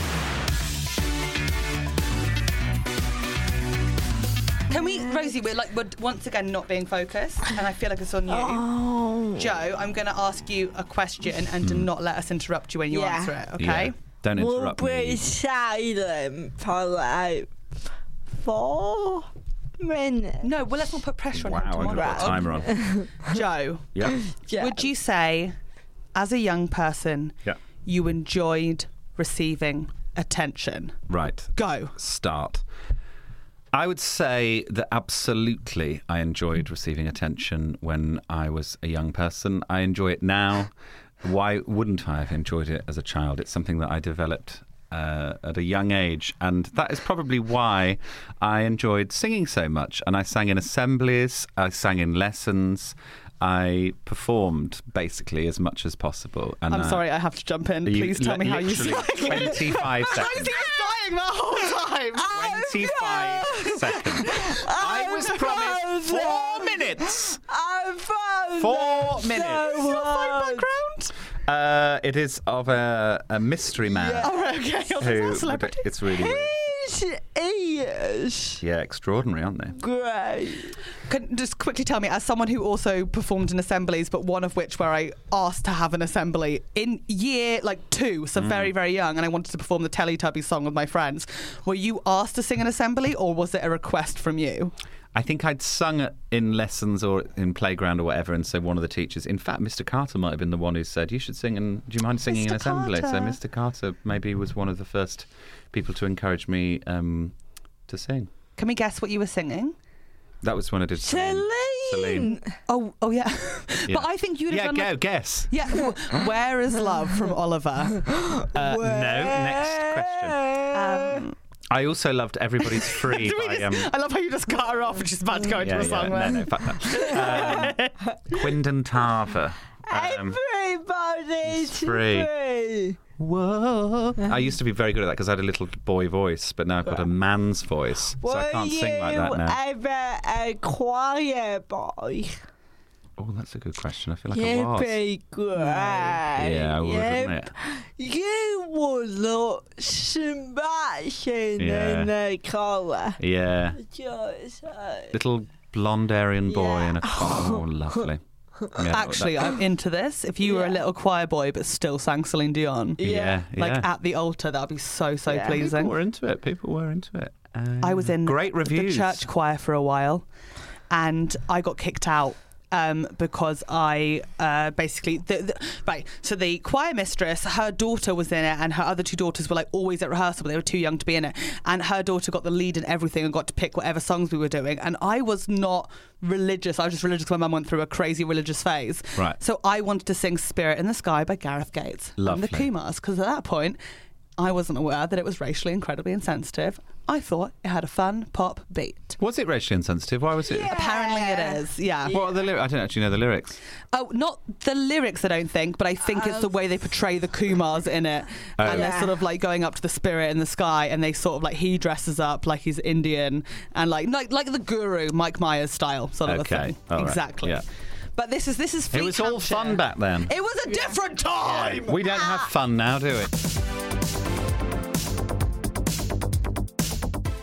[SPEAKER 5] Can we, Rosie? We're like we're once again not being focused, and I feel like it's on you. Joe, I'm going to ask you a question, and do
[SPEAKER 7] Hmm.
[SPEAKER 5] not let us interrupt you when you
[SPEAKER 4] Yeah.
[SPEAKER 5] answer it. Okay?
[SPEAKER 7] Yeah. Don't interrupt
[SPEAKER 4] we'll
[SPEAKER 7] me.
[SPEAKER 4] be silent for like four minutes.
[SPEAKER 5] No, well, let's not put pressure on
[SPEAKER 7] Wow,
[SPEAKER 5] him.
[SPEAKER 7] I'm
[SPEAKER 5] to
[SPEAKER 7] going to
[SPEAKER 5] moderate.
[SPEAKER 7] put a timer on.
[SPEAKER 5] Joe,
[SPEAKER 7] Yeah.
[SPEAKER 5] [laughs] would you say, as a young person,
[SPEAKER 7] Yeah.
[SPEAKER 5] you enjoyed receiving attention.
[SPEAKER 7] Right.
[SPEAKER 5] Go.
[SPEAKER 7] Start. I would say that absolutely I enjoyed receiving attention when I was a young person. I enjoy it now. Why wouldn't I have enjoyed it as a child? It's something that I developed uh, at a young age, and that is probably why I enjoyed singing so much. And I sang in assemblies, I sang in lessons, I performed basically as much as possible. And
[SPEAKER 5] I'm sorry, I have to jump in.
[SPEAKER 7] you-
[SPEAKER 5] Please tell
[SPEAKER 7] li-
[SPEAKER 5] me how you sang.
[SPEAKER 7] literally
[SPEAKER 5] [laughs]
[SPEAKER 7] 25 seconds.
[SPEAKER 5] dying the whole
[SPEAKER 7] [laughs]
[SPEAKER 5] time. [laughs]
[SPEAKER 7] 25 seconds. I was promised four minutes.
[SPEAKER 4] I found
[SPEAKER 7] Four
[SPEAKER 4] so
[SPEAKER 7] minutes.
[SPEAKER 4] hard.
[SPEAKER 7] Uh, it is of a, a mystery man.
[SPEAKER 4] Yeah. Oh, okay. I was
[SPEAKER 5] [laughs]
[SPEAKER 4] like,
[SPEAKER 7] who-
[SPEAKER 4] "Is that a celebrity?"
[SPEAKER 7] It's really weird.
[SPEAKER 4] His ears.
[SPEAKER 7] Yeah, extraordinary, aren't they?
[SPEAKER 4] Great.
[SPEAKER 5] Can just quickly tell me, as someone who also performed in assemblies, but one of which where I asked to have an assembly in year like two, so
[SPEAKER 7] Mm.
[SPEAKER 5] very very young, and I wanted to perform the Teletubbies song with my friends. Were you asked to sing an assembly, or was it a request from you?
[SPEAKER 7] I think I'd sung it in lessons or in playground or whatever, and so one of the teachers, in fact, Mr. Carter might have been the one who said, "You should sing." And do you mind singing in
[SPEAKER 5] Mr.
[SPEAKER 7] assembly? So
[SPEAKER 5] Carter.
[SPEAKER 7] Mr. Carter maybe was one of the first people to encourage me um, to sing.
[SPEAKER 5] Can we guess what you were singing?
[SPEAKER 7] That was when I did Celine. Celine.
[SPEAKER 5] Oh, oh yeah. [laughs]
[SPEAKER 7] Yeah.
[SPEAKER 5] But I think you'd have
[SPEAKER 7] yeah,
[SPEAKER 5] done.
[SPEAKER 7] go
[SPEAKER 5] like-
[SPEAKER 7] guess.
[SPEAKER 5] Yeah. [laughs] w- Where is love from Oliver?
[SPEAKER 7] Uh, no, next question.
[SPEAKER 5] Um,
[SPEAKER 7] I also loved Everybody's Free
[SPEAKER 5] do we
[SPEAKER 7] by
[SPEAKER 5] just-
[SPEAKER 7] um,
[SPEAKER 5] I love how you just cut her off and she's about to go into
[SPEAKER 7] yeah,
[SPEAKER 5] a
[SPEAKER 7] yeah,
[SPEAKER 5] song.
[SPEAKER 7] no,
[SPEAKER 5] there.
[SPEAKER 7] no, fuck that. Um, Quindon Tarver. Um,
[SPEAKER 4] Everybody's
[SPEAKER 7] free.
[SPEAKER 4] free.
[SPEAKER 7] Whoa. I used to be very good at that because I had a little boy voice, but now I've got a man's voice, so I can't sing like that now.
[SPEAKER 4] Ever a choir boy?
[SPEAKER 7] Oh, that's a good question. I feel like I
[SPEAKER 4] You'd
[SPEAKER 7] was.
[SPEAKER 4] be great.
[SPEAKER 7] Yeah, I would,
[SPEAKER 4] You'd-
[SPEAKER 7] wouldn't it?
[SPEAKER 4] You would look smashing
[SPEAKER 7] Yeah.
[SPEAKER 4] in the collar.
[SPEAKER 7] Yeah,
[SPEAKER 4] Just, uh,
[SPEAKER 7] little blonde Aryan boy in
[SPEAKER 5] [laughs]
[SPEAKER 7] a. Oh, lovely. Yeah,
[SPEAKER 5] Actually,
[SPEAKER 7] that-
[SPEAKER 5] I'm into this. If you were a little choir boy but still sang Celine Dion,
[SPEAKER 7] Yeah,
[SPEAKER 5] like
[SPEAKER 7] yeah.
[SPEAKER 5] at the altar, that'd be so so
[SPEAKER 7] Yeah.
[SPEAKER 5] pleasing.
[SPEAKER 7] People were into it. People were into it. Um,
[SPEAKER 5] I was in
[SPEAKER 7] great reviews.
[SPEAKER 5] the church choir for a while, and I got kicked out um, because I uh, basically the, the, right. So the choir mistress, her daughter was in it, and her other two daughters were like always at rehearsal, but they were too young to be in it. And her daughter got the lead in everything and got to pick whatever songs we were doing. And I was not religious. I was just religious. 'cause My mum went through a crazy religious phase.
[SPEAKER 7] Right.
[SPEAKER 5] So I wanted to sing "Spirit in the Sky" by Gareth Gates and the
[SPEAKER 7] Lovely.
[SPEAKER 5] Kumars because at that point. I wasn't aware that it was racially incredibly insensitive. I thought it had a fun pop beat.
[SPEAKER 7] Was it racially insensitive? Why was it?
[SPEAKER 5] Apparently it is, yeah.
[SPEAKER 7] What are the lyrics? I don't actually know the lyrics.
[SPEAKER 5] Oh, not the lyrics, I don't think, but I think it's the way they portray the Kumars in it.
[SPEAKER 7] Oh.
[SPEAKER 5] And they're
[SPEAKER 7] Yeah.
[SPEAKER 5] sort of like going up to the spirit in the sky, and they sort of like he dresses up like he's Indian and like like, like the guru, Mike Myers style, sort of a
[SPEAKER 7] Okay,
[SPEAKER 5] thing.
[SPEAKER 7] all right,
[SPEAKER 5] Exactly.
[SPEAKER 7] yeah.
[SPEAKER 5] But this is this is
[SPEAKER 7] It was all fun back then.
[SPEAKER 5] It was a different time.
[SPEAKER 7] We don't have fun now, do we?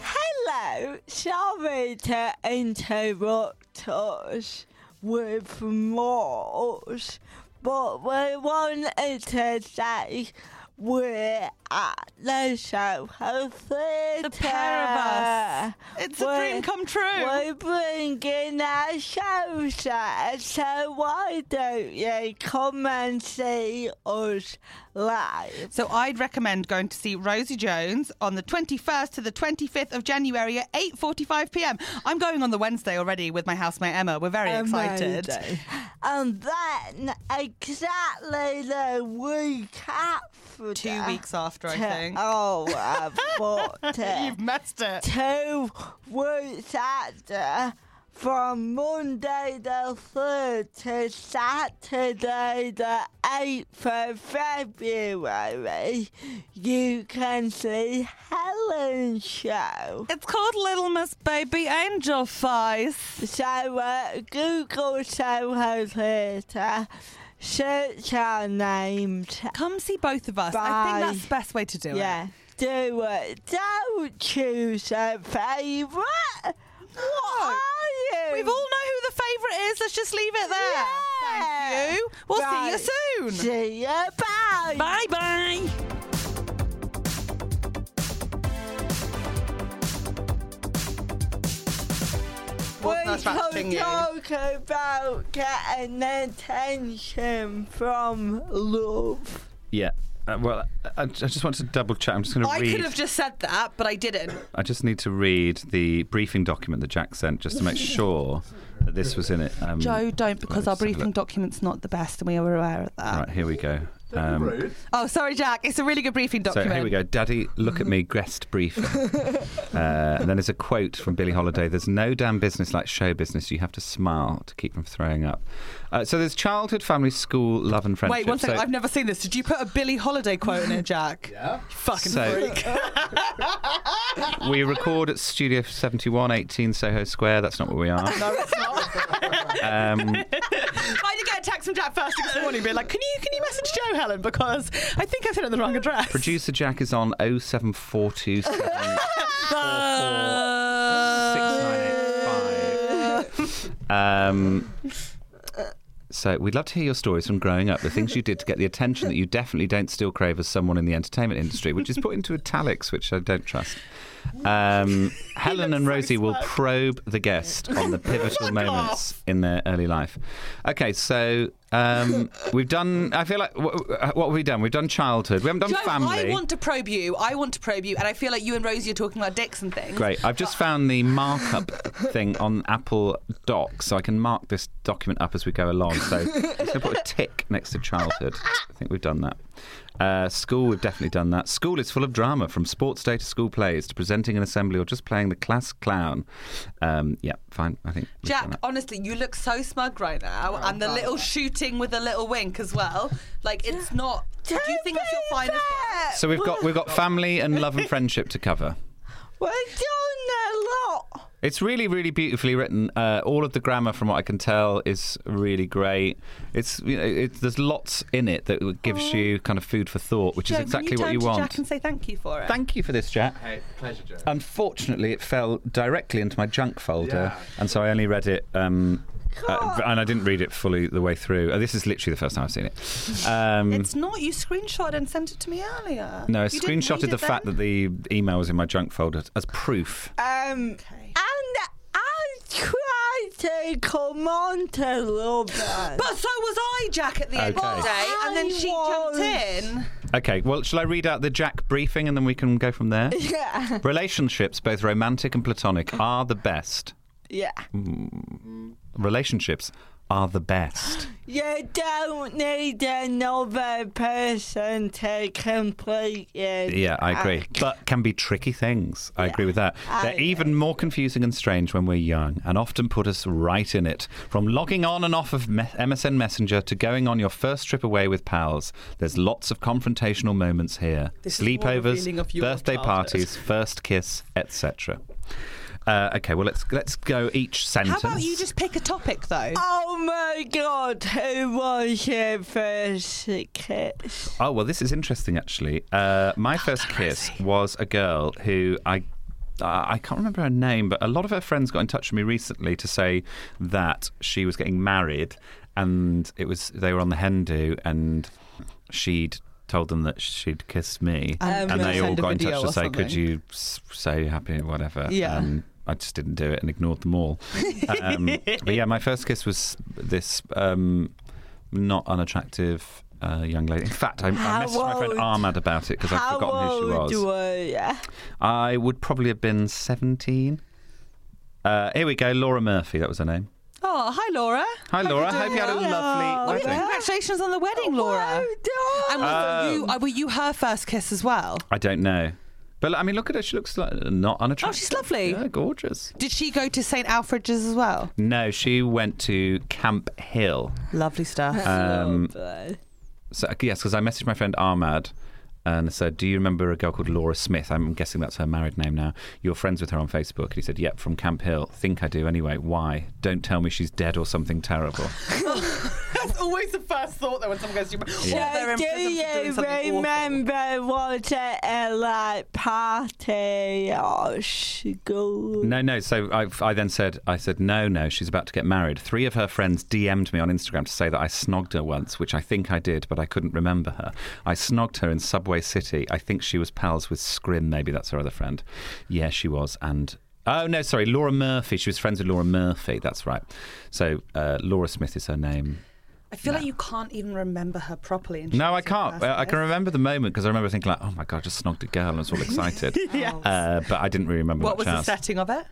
[SPEAKER 4] Hello, sorry to interrupt us with Morse, but we wanted to say we're at the Soho Theatre. The
[SPEAKER 5] pair of us. It's a dream come true.
[SPEAKER 4] We're bringing our shows out, so why don't you come and see us live?
[SPEAKER 5] So I'd recommend going to see Rosie Jones on the 21st to the 25th of January at 8:45 p.m. I'm going on the Wednesday already with my housemate Emma. We're very excited.
[SPEAKER 4] Amazing. And then exactly the week after.
[SPEAKER 5] Two weeks after, I
[SPEAKER 4] Te-
[SPEAKER 5] think.
[SPEAKER 4] [laughs] Oh, I
[SPEAKER 5] [laughs]
[SPEAKER 4] bought it.
[SPEAKER 5] You've messed it.
[SPEAKER 4] Two weeks after, from Monday the 3rd to Saturday the 8th of February, you can see Helen's show.
[SPEAKER 5] It's called Little Miss Baby Angel Face.
[SPEAKER 4] So uh, Google Soho Theatre, search our names.
[SPEAKER 5] Come see both of us. I
[SPEAKER 4] Bye.
[SPEAKER 5] think that's the best way to do it.
[SPEAKER 4] Yeah, do it. Don't choose a favourite. What are you?
[SPEAKER 5] We've all know who the favourite is. Let's just leave it there. Thank you. We'll see you soon.
[SPEAKER 4] See you. Bye.
[SPEAKER 5] Bye bye.
[SPEAKER 4] We
[SPEAKER 5] What's that
[SPEAKER 4] can
[SPEAKER 5] thing you?
[SPEAKER 4] talk about getting attention from love.
[SPEAKER 7] Yeah. Uh, well, I, I just want to double check. I'm just going to
[SPEAKER 9] I
[SPEAKER 7] read.
[SPEAKER 9] could have just said that, but I didn't.
[SPEAKER 7] I just need to read the briefing document that Jack sent just to
[SPEAKER 5] [laughs]
[SPEAKER 7] make sure that this was in it. Um,
[SPEAKER 5] Joe, don't,
[SPEAKER 7] let's
[SPEAKER 5] because our
[SPEAKER 7] have a
[SPEAKER 5] briefing
[SPEAKER 7] look.
[SPEAKER 5] document's not the best, and we were aware of that.
[SPEAKER 7] Right, here we go. Um,
[SPEAKER 5] Oh, sorry, Jack. It's a really good briefing
[SPEAKER 7] so
[SPEAKER 5] document.
[SPEAKER 7] here we go. Daddy, look
[SPEAKER 5] [laughs]
[SPEAKER 7] at me, Grest briefing. Uh, and then there's a quote from Billie Holiday There's no damn business like show business. You have to smile to keep from throwing up. Uh, so there's childhood, family, school, love, and friendship.
[SPEAKER 5] Wait, one second.
[SPEAKER 7] So-
[SPEAKER 5] I've never seen this. Did you put a Billie Holiday quote in it,
[SPEAKER 7] [laughs]
[SPEAKER 5] Jack? yeah. Fucking
[SPEAKER 7] So-
[SPEAKER 5] freak.
[SPEAKER 7] [laughs] we record at Studio 71, 18 Soho Square. That's not where we are.
[SPEAKER 5] [laughs] no, it's not.
[SPEAKER 7] Um,
[SPEAKER 5] I did get a text from Jack first thing this morning, being like, "Can you can you message Joe Helen because I think I sent it the wrong address."
[SPEAKER 7] producer Jack is on 07427. Um, so we'd love to hear your stories from growing up, the things you did to get the attention that you definitely don't still crave as someone in the entertainment industry, which is put into italics, which I don't trust. Um, Helen and Rosie will probe the guest on the pivotal moments in their early life. Okay, so um, we've done. I feel like what, what have we done? We've done childhood. We haven't done
[SPEAKER 9] Joe,
[SPEAKER 7] family.
[SPEAKER 9] I want to probe you. I want to probe you, and I feel like you and Rosie are talking about dicks and things.
[SPEAKER 7] Great. I've just found the markup thing on Apple Docs, so I can mark this document up as we go along. So I'm just going to put a tick next to childhood. I think we've done that. Uh, school, we've definitely done that. School is full of drama, from sports day to school plays to presenting an assembly or just playing the class clown. Um, yeah, fine. I think. we've done
[SPEAKER 9] Jack,
[SPEAKER 7] it.
[SPEAKER 9] honestly, you look so smug right now,
[SPEAKER 5] Oh,
[SPEAKER 9] and the little shooting with a little wink as well. Like it's not. Do you think that's your finest? work?
[SPEAKER 7] So we've got we've got family and love and friendship to cover.
[SPEAKER 4] We're doing a lot.
[SPEAKER 7] It's really, really beautifully written. Uh, all of the grammar, from what I can tell, is really great. It's you know, it, there's lots in it that gives you kind of food for thought, which
[SPEAKER 5] Joe,
[SPEAKER 7] is
[SPEAKER 5] can
[SPEAKER 7] exactly
[SPEAKER 5] you
[SPEAKER 7] what
[SPEAKER 5] turn
[SPEAKER 7] you
[SPEAKER 5] to
[SPEAKER 7] want.
[SPEAKER 5] Jack and say thank you for it.
[SPEAKER 7] Thank you for this, Jack.
[SPEAKER 10] Hey, pleasure, Joe.
[SPEAKER 7] Unfortunately, it fell directly into my junk folder,
[SPEAKER 10] Yeah.
[SPEAKER 7] and so I only read it. Um, uh, and I didn't read it fully the way through. Uh, this is literally the first time I've seen
[SPEAKER 5] [laughs]
[SPEAKER 7] it. Um,
[SPEAKER 5] It's not. You screenshot and sent it to me earlier.
[SPEAKER 7] no, I
[SPEAKER 5] You didn't read
[SPEAKER 7] screenshotted
[SPEAKER 5] it
[SPEAKER 7] the fact
[SPEAKER 5] then?
[SPEAKER 7] that
[SPEAKER 5] Uh.
[SPEAKER 7] the email was in my junk folder as proof.
[SPEAKER 4] Um, and I tried to come on to
[SPEAKER 5] [gasps]
[SPEAKER 4] Robert.
[SPEAKER 9] But so was I, Jack, at the end of the
[SPEAKER 7] Okay.
[SPEAKER 9] day, and then she jumped in.
[SPEAKER 7] Okay, well, shall I read out the Jack briefing and then we can go from there?
[SPEAKER 4] Yeah.
[SPEAKER 7] Relationships, both romantic and
[SPEAKER 5] Mm.
[SPEAKER 7] platonic, are the best.
[SPEAKER 4] Yeah.
[SPEAKER 7] Mm. Relationships are the best.
[SPEAKER 4] You don't need another person to complete it.
[SPEAKER 7] Yeah, I agree. But can be tricky things. I agree with that.
[SPEAKER 4] I
[SPEAKER 7] They're even more confusing and strange when we're young and often put us right in it. From logging on and off of me- MSN Messenger to going on your first trip away with pals, there's lots of confrontational moments here.
[SPEAKER 5] This is more
[SPEAKER 7] Sleepovers,
[SPEAKER 5] revealing of your
[SPEAKER 7] birthday
[SPEAKER 5] childhood.
[SPEAKER 7] parties, first kiss, etc. Uh, okay, well let's let's go each
[SPEAKER 5] How
[SPEAKER 7] sentence.
[SPEAKER 5] about you just pick a topic though?
[SPEAKER 4] Oh my god, who was your first kiss?
[SPEAKER 7] Oh well, this is interesting actually. Uh, my first kiss was a girl who I. Uh, I can't remember her name, but a lot of her friends got in touch with me recently to say that she was getting married, and it was they were on the hen do, and she'd told them that she'd kissed me,
[SPEAKER 5] Um,
[SPEAKER 7] and they all
[SPEAKER 5] send a
[SPEAKER 7] got in touch
[SPEAKER 5] video
[SPEAKER 7] to
[SPEAKER 5] or
[SPEAKER 7] say, "Could
[SPEAKER 5] something."
[SPEAKER 7] you s- say happy, whatever?"
[SPEAKER 5] Yeah.
[SPEAKER 7] I just didn't do it and ignored them all. um, but yeah, my first kiss was this um, not unattractive uh, young lady. In fact, I, I
[SPEAKER 4] How
[SPEAKER 7] messaged my friend
[SPEAKER 4] old-
[SPEAKER 7] Ahmad about it because I'd
[SPEAKER 4] How
[SPEAKER 7] forgotten who she
[SPEAKER 4] old
[SPEAKER 7] was.
[SPEAKER 4] were you?
[SPEAKER 7] I would probably have been 17. Uh, here we go, Laura Murphy, that was her name.
[SPEAKER 5] Oh, hi, Laura.
[SPEAKER 7] Hi, Laura. Hope you had a lovely
[SPEAKER 5] Well,
[SPEAKER 7] wedding.
[SPEAKER 5] Congratulations on the wedding,
[SPEAKER 4] Oh
[SPEAKER 5] Laura. And was
[SPEAKER 7] Um,
[SPEAKER 5] you, uh, were you her first kiss as well?
[SPEAKER 7] I don't know. But I mean, look at her. She looks like not
[SPEAKER 5] Oh,
[SPEAKER 7] unattractive.
[SPEAKER 5] she's lovely.
[SPEAKER 7] Yeah, gorgeous.
[SPEAKER 5] Did she go to St. Alfred's as well?
[SPEAKER 7] No, she went to Camp Hill.
[SPEAKER 5] Lovely stuff.
[SPEAKER 7] Um, So yes, because I messaged my friend Ahmad and said, "Do you remember a girl called Laura Smith? I'm guessing that's her married name now. You're friends with her on Facebook." And he said, "Yep, from Camp Hill. Think I do anyway. Why? Don't tell me she's dead or something terrible."
[SPEAKER 5] That's always the first thought though when someone goes to you.
[SPEAKER 7] Yeah.
[SPEAKER 4] Do you remember what a like party Oh, or school?
[SPEAKER 7] no, no. So I, I then said, "I said no, no. She's about to get married." Three of her friends DM'd me on Instagram to say that I snogged her once, which I think I did, but I couldn't remember her. I snogged her in Subway City. I think she was pals with Scrim. Maybe that's her other friend. Yeah, she was, and. Oh no, sorry, Laura Murphy. She was friends with Laura Murphy. That's right. So uh, Laura Smith is her name.
[SPEAKER 9] I feel like you can't even remember her properly. And she
[SPEAKER 7] No, I
[SPEAKER 9] was your
[SPEAKER 7] can't.
[SPEAKER 9] first
[SPEAKER 7] Uh, I can
[SPEAKER 9] date.
[SPEAKER 7] remember the moment because I remember thinking like, "Oh my god, I just snogged a girl," and I was all excited.
[SPEAKER 9] [laughs] Yes.
[SPEAKER 7] uh, but I didn't really remember
[SPEAKER 9] What was
[SPEAKER 7] much
[SPEAKER 9] the
[SPEAKER 7] else.
[SPEAKER 9] setting of it?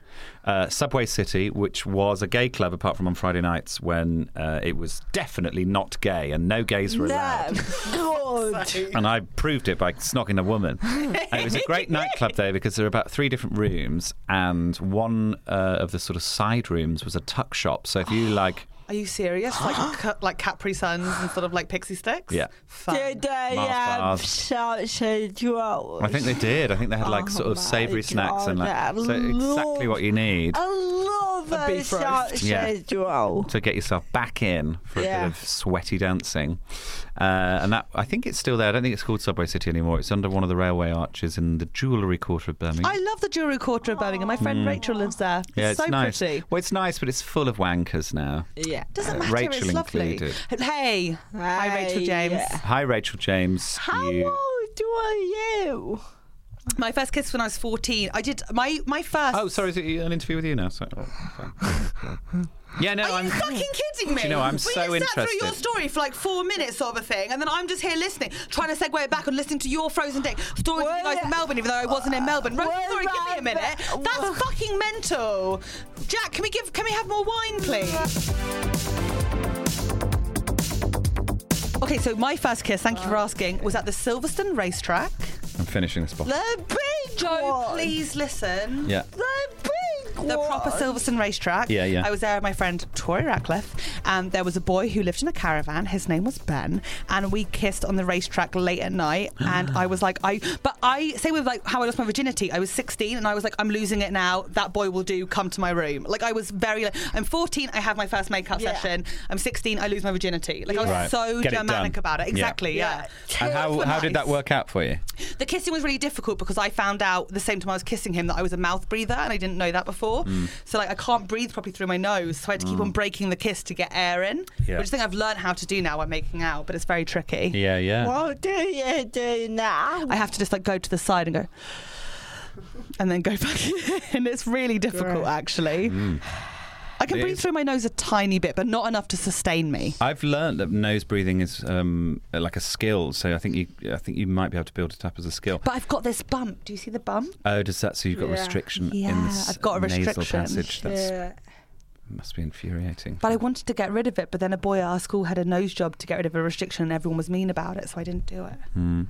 [SPEAKER 7] Uh, Subway City, which was a gay club, apart from on Friday nights when uh, it was definitely not gay and no gays were allowed. [laughs]
[SPEAKER 4] good.
[SPEAKER 7] And I proved it by snogging a woman. And it was a great nightclub though because there were about three different rooms, and one uh, of the sort of side rooms was a tuck shop. So if you like,
[SPEAKER 5] Are you serious?
[SPEAKER 7] [gasps]
[SPEAKER 5] Like ca- like Capri Suns instead of like Pixie Sticks?
[SPEAKER 7] yeah.
[SPEAKER 4] Did uh, they
[SPEAKER 7] Mars
[SPEAKER 4] have
[SPEAKER 7] bars.
[SPEAKER 4] sausage rolls?
[SPEAKER 7] I think they did. I think they had like sort of savoury snacks and like
[SPEAKER 4] God,
[SPEAKER 7] so exactly what you need.
[SPEAKER 4] I love
[SPEAKER 5] A
[SPEAKER 4] a
[SPEAKER 5] beef roast.
[SPEAKER 4] sausage roll.
[SPEAKER 7] So get yourself back in for a
[SPEAKER 4] Yeah.
[SPEAKER 7] bit of sweaty dancing, uh, and that I think it's still there. I don't think it's called Subway City anymore. It's under one of the railway arches in the jewellery quarter of Birmingham.
[SPEAKER 5] I love the jewelry quarter of Birmingham. My friend
[SPEAKER 7] Mm.
[SPEAKER 5] Rachel lives there. It's
[SPEAKER 7] yeah, it's
[SPEAKER 5] so
[SPEAKER 7] nice.
[SPEAKER 5] pretty.
[SPEAKER 7] Well, it's nice, but it's full of wankers now.
[SPEAKER 4] Yeah.
[SPEAKER 5] Doesn't
[SPEAKER 7] Uh,
[SPEAKER 5] matter.
[SPEAKER 7] Rachel
[SPEAKER 5] it's lovely.
[SPEAKER 7] included.
[SPEAKER 5] Hey. Hi, Rachel
[SPEAKER 4] uh,
[SPEAKER 5] James.
[SPEAKER 7] Hi, Rachel James. How
[SPEAKER 4] old are you?
[SPEAKER 5] My first kiss when I was 14. I did my my first.
[SPEAKER 7] Oh, sorry, is it an interview with you now? Sorry. Oh, fine.
[SPEAKER 5] [laughs]
[SPEAKER 7] yeah, no,
[SPEAKER 5] Are
[SPEAKER 7] I'm
[SPEAKER 5] you fucking kidding me?
[SPEAKER 7] Do you know, I'm
[SPEAKER 5] we
[SPEAKER 7] so
[SPEAKER 5] just sat through your
[SPEAKER 7] interested.
[SPEAKER 5] story for like four minutes, sort of a thing, and then I'm just here listening, trying to segue it back and listening to your frozen dick stories of you guys in Melbourne, even though I wasn't in Melbourne. Rose, sorry, give me a minute. That's fucking mental. Jack, can we give? Can we have more wine, please? Okay, so my first kiss, thank you for asking, was at the Silverstone racetrack.
[SPEAKER 7] I'm finishing this bottle.
[SPEAKER 5] The big Please listen.
[SPEAKER 7] Yeah.
[SPEAKER 5] The proper Silverstone racetrack.
[SPEAKER 7] Yeah, yeah.
[SPEAKER 5] I was there with my friend Tori Ratcliffe, and there was a boy who lived in a caravan. His name was Ben, and we kissed on the racetrack late at night.
[SPEAKER 7] [gasps]
[SPEAKER 5] And I was like, I, but I say with like how I lost my virginity. I was 16, and I was like, I'm losing it now. That boy will do. Come to my room. Like I was very. Like, I'm 14. I have my first makeup session. I'm 16. I lose my virginity. Like I was
[SPEAKER 7] Right.
[SPEAKER 5] so
[SPEAKER 7] Get it
[SPEAKER 5] dramatic
[SPEAKER 7] done.
[SPEAKER 5] about it.
[SPEAKER 7] Yeah.
[SPEAKER 5] Exactly. Yeah.
[SPEAKER 7] And how,
[SPEAKER 5] Were
[SPEAKER 7] how did that
[SPEAKER 5] nice.
[SPEAKER 7] work out for you?
[SPEAKER 5] The kissing was really difficult because I found out the same time I was kissing him that I was a mouth breather and I didn't know that before.
[SPEAKER 7] Mm.
[SPEAKER 5] So like I can't breathe properly through my nose, so I had to keep
[SPEAKER 7] Mm.
[SPEAKER 5] on breaking the kiss to get air in.
[SPEAKER 7] Yeah.
[SPEAKER 5] Which I think I've learned how to do now when making out, but it's very tricky.
[SPEAKER 7] Yeah, yeah.
[SPEAKER 4] What do you do now?
[SPEAKER 5] I have to just like go to the side and go and then go [laughs] back in. It's really difficult actually. I can
[SPEAKER 7] Mm. It
[SPEAKER 5] breathe
[SPEAKER 7] is.
[SPEAKER 5] through my nose a tiny bit, but not enough to sustain me.
[SPEAKER 7] I've learned that nose breathing is um, like a skill, so I think you I think you might be able to build it up as a skill.
[SPEAKER 5] But I've got this bump. Do you see the bump?
[SPEAKER 7] oh, does that so you've got
[SPEAKER 5] Yeah.
[SPEAKER 7] restriction in
[SPEAKER 5] Yeah,
[SPEAKER 7] this
[SPEAKER 5] I've got a
[SPEAKER 7] nasal
[SPEAKER 5] restriction.
[SPEAKER 7] passage? That's
[SPEAKER 4] Uh,
[SPEAKER 5] Yeah.
[SPEAKER 7] must be infuriating.
[SPEAKER 5] But I wanted to get rid of it, but then a boy at our school had a nose job to get rid of a restriction, and everyone was mean about it, so I didn't do it.
[SPEAKER 7] Hmm.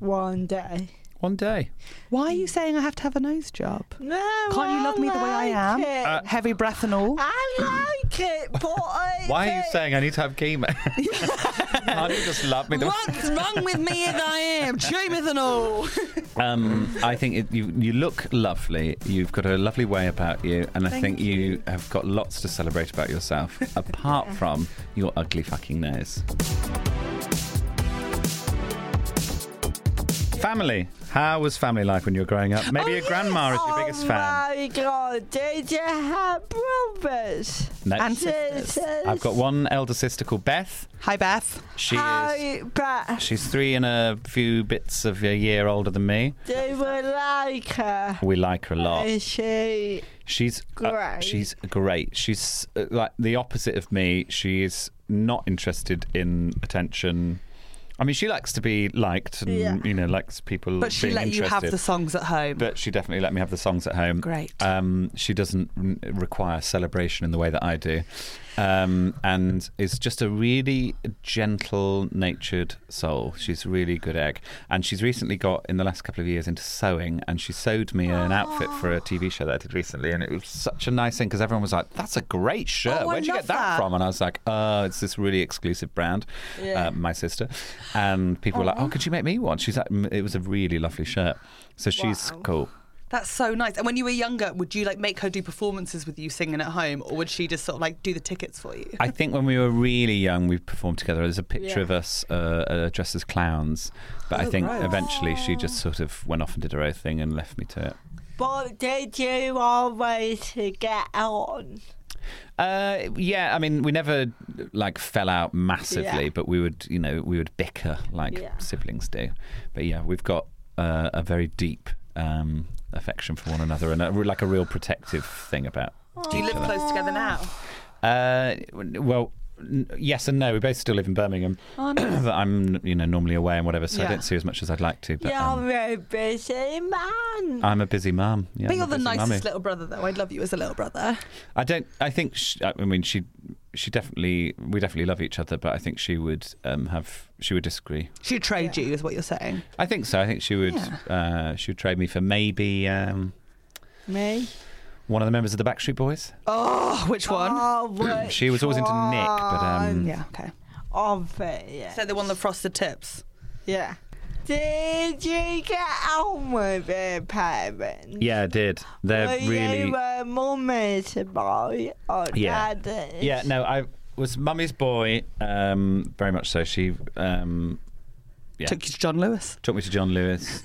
[SPEAKER 4] One day.
[SPEAKER 7] One day.
[SPEAKER 5] Why are you saying I have to have a nose job?
[SPEAKER 4] No.
[SPEAKER 5] Can't you love me the way I am?
[SPEAKER 4] it. Uh,
[SPEAKER 5] Heavy breath and all.
[SPEAKER 4] I like it, but I
[SPEAKER 7] [laughs] Why are you saying I need to have
[SPEAKER 5] [laughs]
[SPEAKER 7] chemo? Can't you just love me? The
[SPEAKER 5] What's wrong with me as I am? Jameth and all.
[SPEAKER 7] Um, I think it, you you look lovely. You've got a lovely way about you, and I
[SPEAKER 5] Thank
[SPEAKER 7] think you. have got lots to celebrate about yourself, apart from your ugly fucking nose. Family. How was family life when you were growing up?
[SPEAKER 5] Oh,
[SPEAKER 7] Maybe your grandma is your biggest fan.
[SPEAKER 4] oh, My God, did you have brothers?
[SPEAKER 7] No. I've got one elder sister called Beth.
[SPEAKER 5] Hi, Beth.
[SPEAKER 7] She is.
[SPEAKER 4] Hi, Beth.
[SPEAKER 7] She's three and a few bits of a year older than me.
[SPEAKER 4] They were like her.
[SPEAKER 7] We like her a lot.
[SPEAKER 4] And she
[SPEAKER 7] She's uh,
[SPEAKER 4] Great.
[SPEAKER 7] she's great. She's uh, like the opposite of me. She is not interested in attention. I mean, she likes to be liked, and
[SPEAKER 5] Yeah.
[SPEAKER 7] you know, likes people.
[SPEAKER 5] But she
[SPEAKER 7] being
[SPEAKER 5] let you have
[SPEAKER 7] interested.
[SPEAKER 5] the songs at home.
[SPEAKER 7] But she definitely let me have the songs at home.
[SPEAKER 5] Great.
[SPEAKER 7] Um, she doesn't r- require celebration in the way that I do, um, and is just a really gentle-natured soul. She's a really good egg, and she's recently got in the last couple of years into sewing, and she sewed me an outfit for a TV show that I did recently, and it was such a nice thing because everyone was like, "That's a great shirt.
[SPEAKER 5] Oh, I
[SPEAKER 7] Where'd you
[SPEAKER 5] love
[SPEAKER 7] get that,
[SPEAKER 5] that."
[SPEAKER 7] from?" And I was like, "Oh, it's this really exclusive brand."
[SPEAKER 5] Yeah.
[SPEAKER 7] Uh, my sister, and people were like, "Oh, could you make me one?" She's like, "Mm, "It was a really lovely shirt." So she's cool.
[SPEAKER 5] That's so nice. And when you were younger, would you like make her do performances with you singing at home, or would she just sort of like do the tickets for you?
[SPEAKER 7] I think when we were really young, we performed together. There's a picture
[SPEAKER 5] Yeah.
[SPEAKER 7] of us uh, uh, dressed as clowns, but I
[SPEAKER 4] Oh,
[SPEAKER 7] think
[SPEAKER 4] right.
[SPEAKER 7] eventually she just sort of went off and did her own thing and left me to it.
[SPEAKER 4] But did you always get on?
[SPEAKER 7] Uh, yeah, I mean, we never like fell out massively,
[SPEAKER 4] Yeah.
[SPEAKER 7] but we would, you know, we would bicker like
[SPEAKER 4] Yeah.
[SPEAKER 7] siblings do. But yeah, we've got uh, a very deep um, affection for one another and a, like a real protective thing about.
[SPEAKER 5] Do you
[SPEAKER 7] each
[SPEAKER 5] live
[SPEAKER 7] other.
[SPEAKER 5] close together now?
[SPEAKER 7] Uh, well, n- yes and no. We both still live in Birmingham. [clears throat]
[SPEAKER 4] Oh, no.
[SPEAKER 7] That I'm, you know, normally away and whatever, so I
[SPEAKER 4] Yeah.
[SPEAKER 7] don't see as much as I'd like to. But um,
[SPEAKER 4] You're a busy man.
[SPEAKER 7] I'm a busy mum. Yeah,
[SPEAKER 5] but
[SPEAKER 7] I'm
[SPEAKER 5] you're
[SPEAKER 7] a
[SPEAKER 5] the
[SPEAKER 7] busy
[SPEAKER 5] nicest
[SPEAKER 7] mummy.
[SPEAKER 5] little brother, though. I'd love you as a little brother.
[SPEAKER 7] I don't. I think. She, I mean, she. She definitely. We definitely love each other, but I think she would um, have. She would disagree.
[SPEAKER 5] She'd trade you, is what you're saying.
[SPEAKER 7] I think so. I think she would.
[SPEAKER 5] Yeah.
[SPEAKER 7] Uh, she would trade me for maybe um,
[SPEAKER 4] Me?
[SPEAKER 7] one of the members of the Backstreet Boys.
[SPEAKER 5] Oh, which one?
[SPEAKER 4] Oh,
[SPEAKER 7] [clears throat]
[SPEAKER 4] which
[SPEAKER 7] she was always into Nick, but um,
[SPEAKER 5] yeah, okay.
[SPEAKER 4] Obvious.
[SPEAKER 5] So the one that frosted tips.
[SPEAKER 4] Yeah. Did you get on with your parents?
[SPEAKER 7] yeah, I did. They're
[SPEAKER 5] oh,
[SPEAKER 4] Were
[SPEAKER 7] really.
[SPEAKER 4] You um, a mummy's boy or
[SPEAKER 7] yeah.
[SPEAKER 4] daddy's?
[SPEAKER 7] Yeah, no, I was mummy's boy, um, very much so. She um, yeah.
[SPEAKER 5] Took you to John Lewis.
[SPEAKER 7] Took me to John
[SPEAKER 5] [laughs]
[SPEAKER 7] Lewis.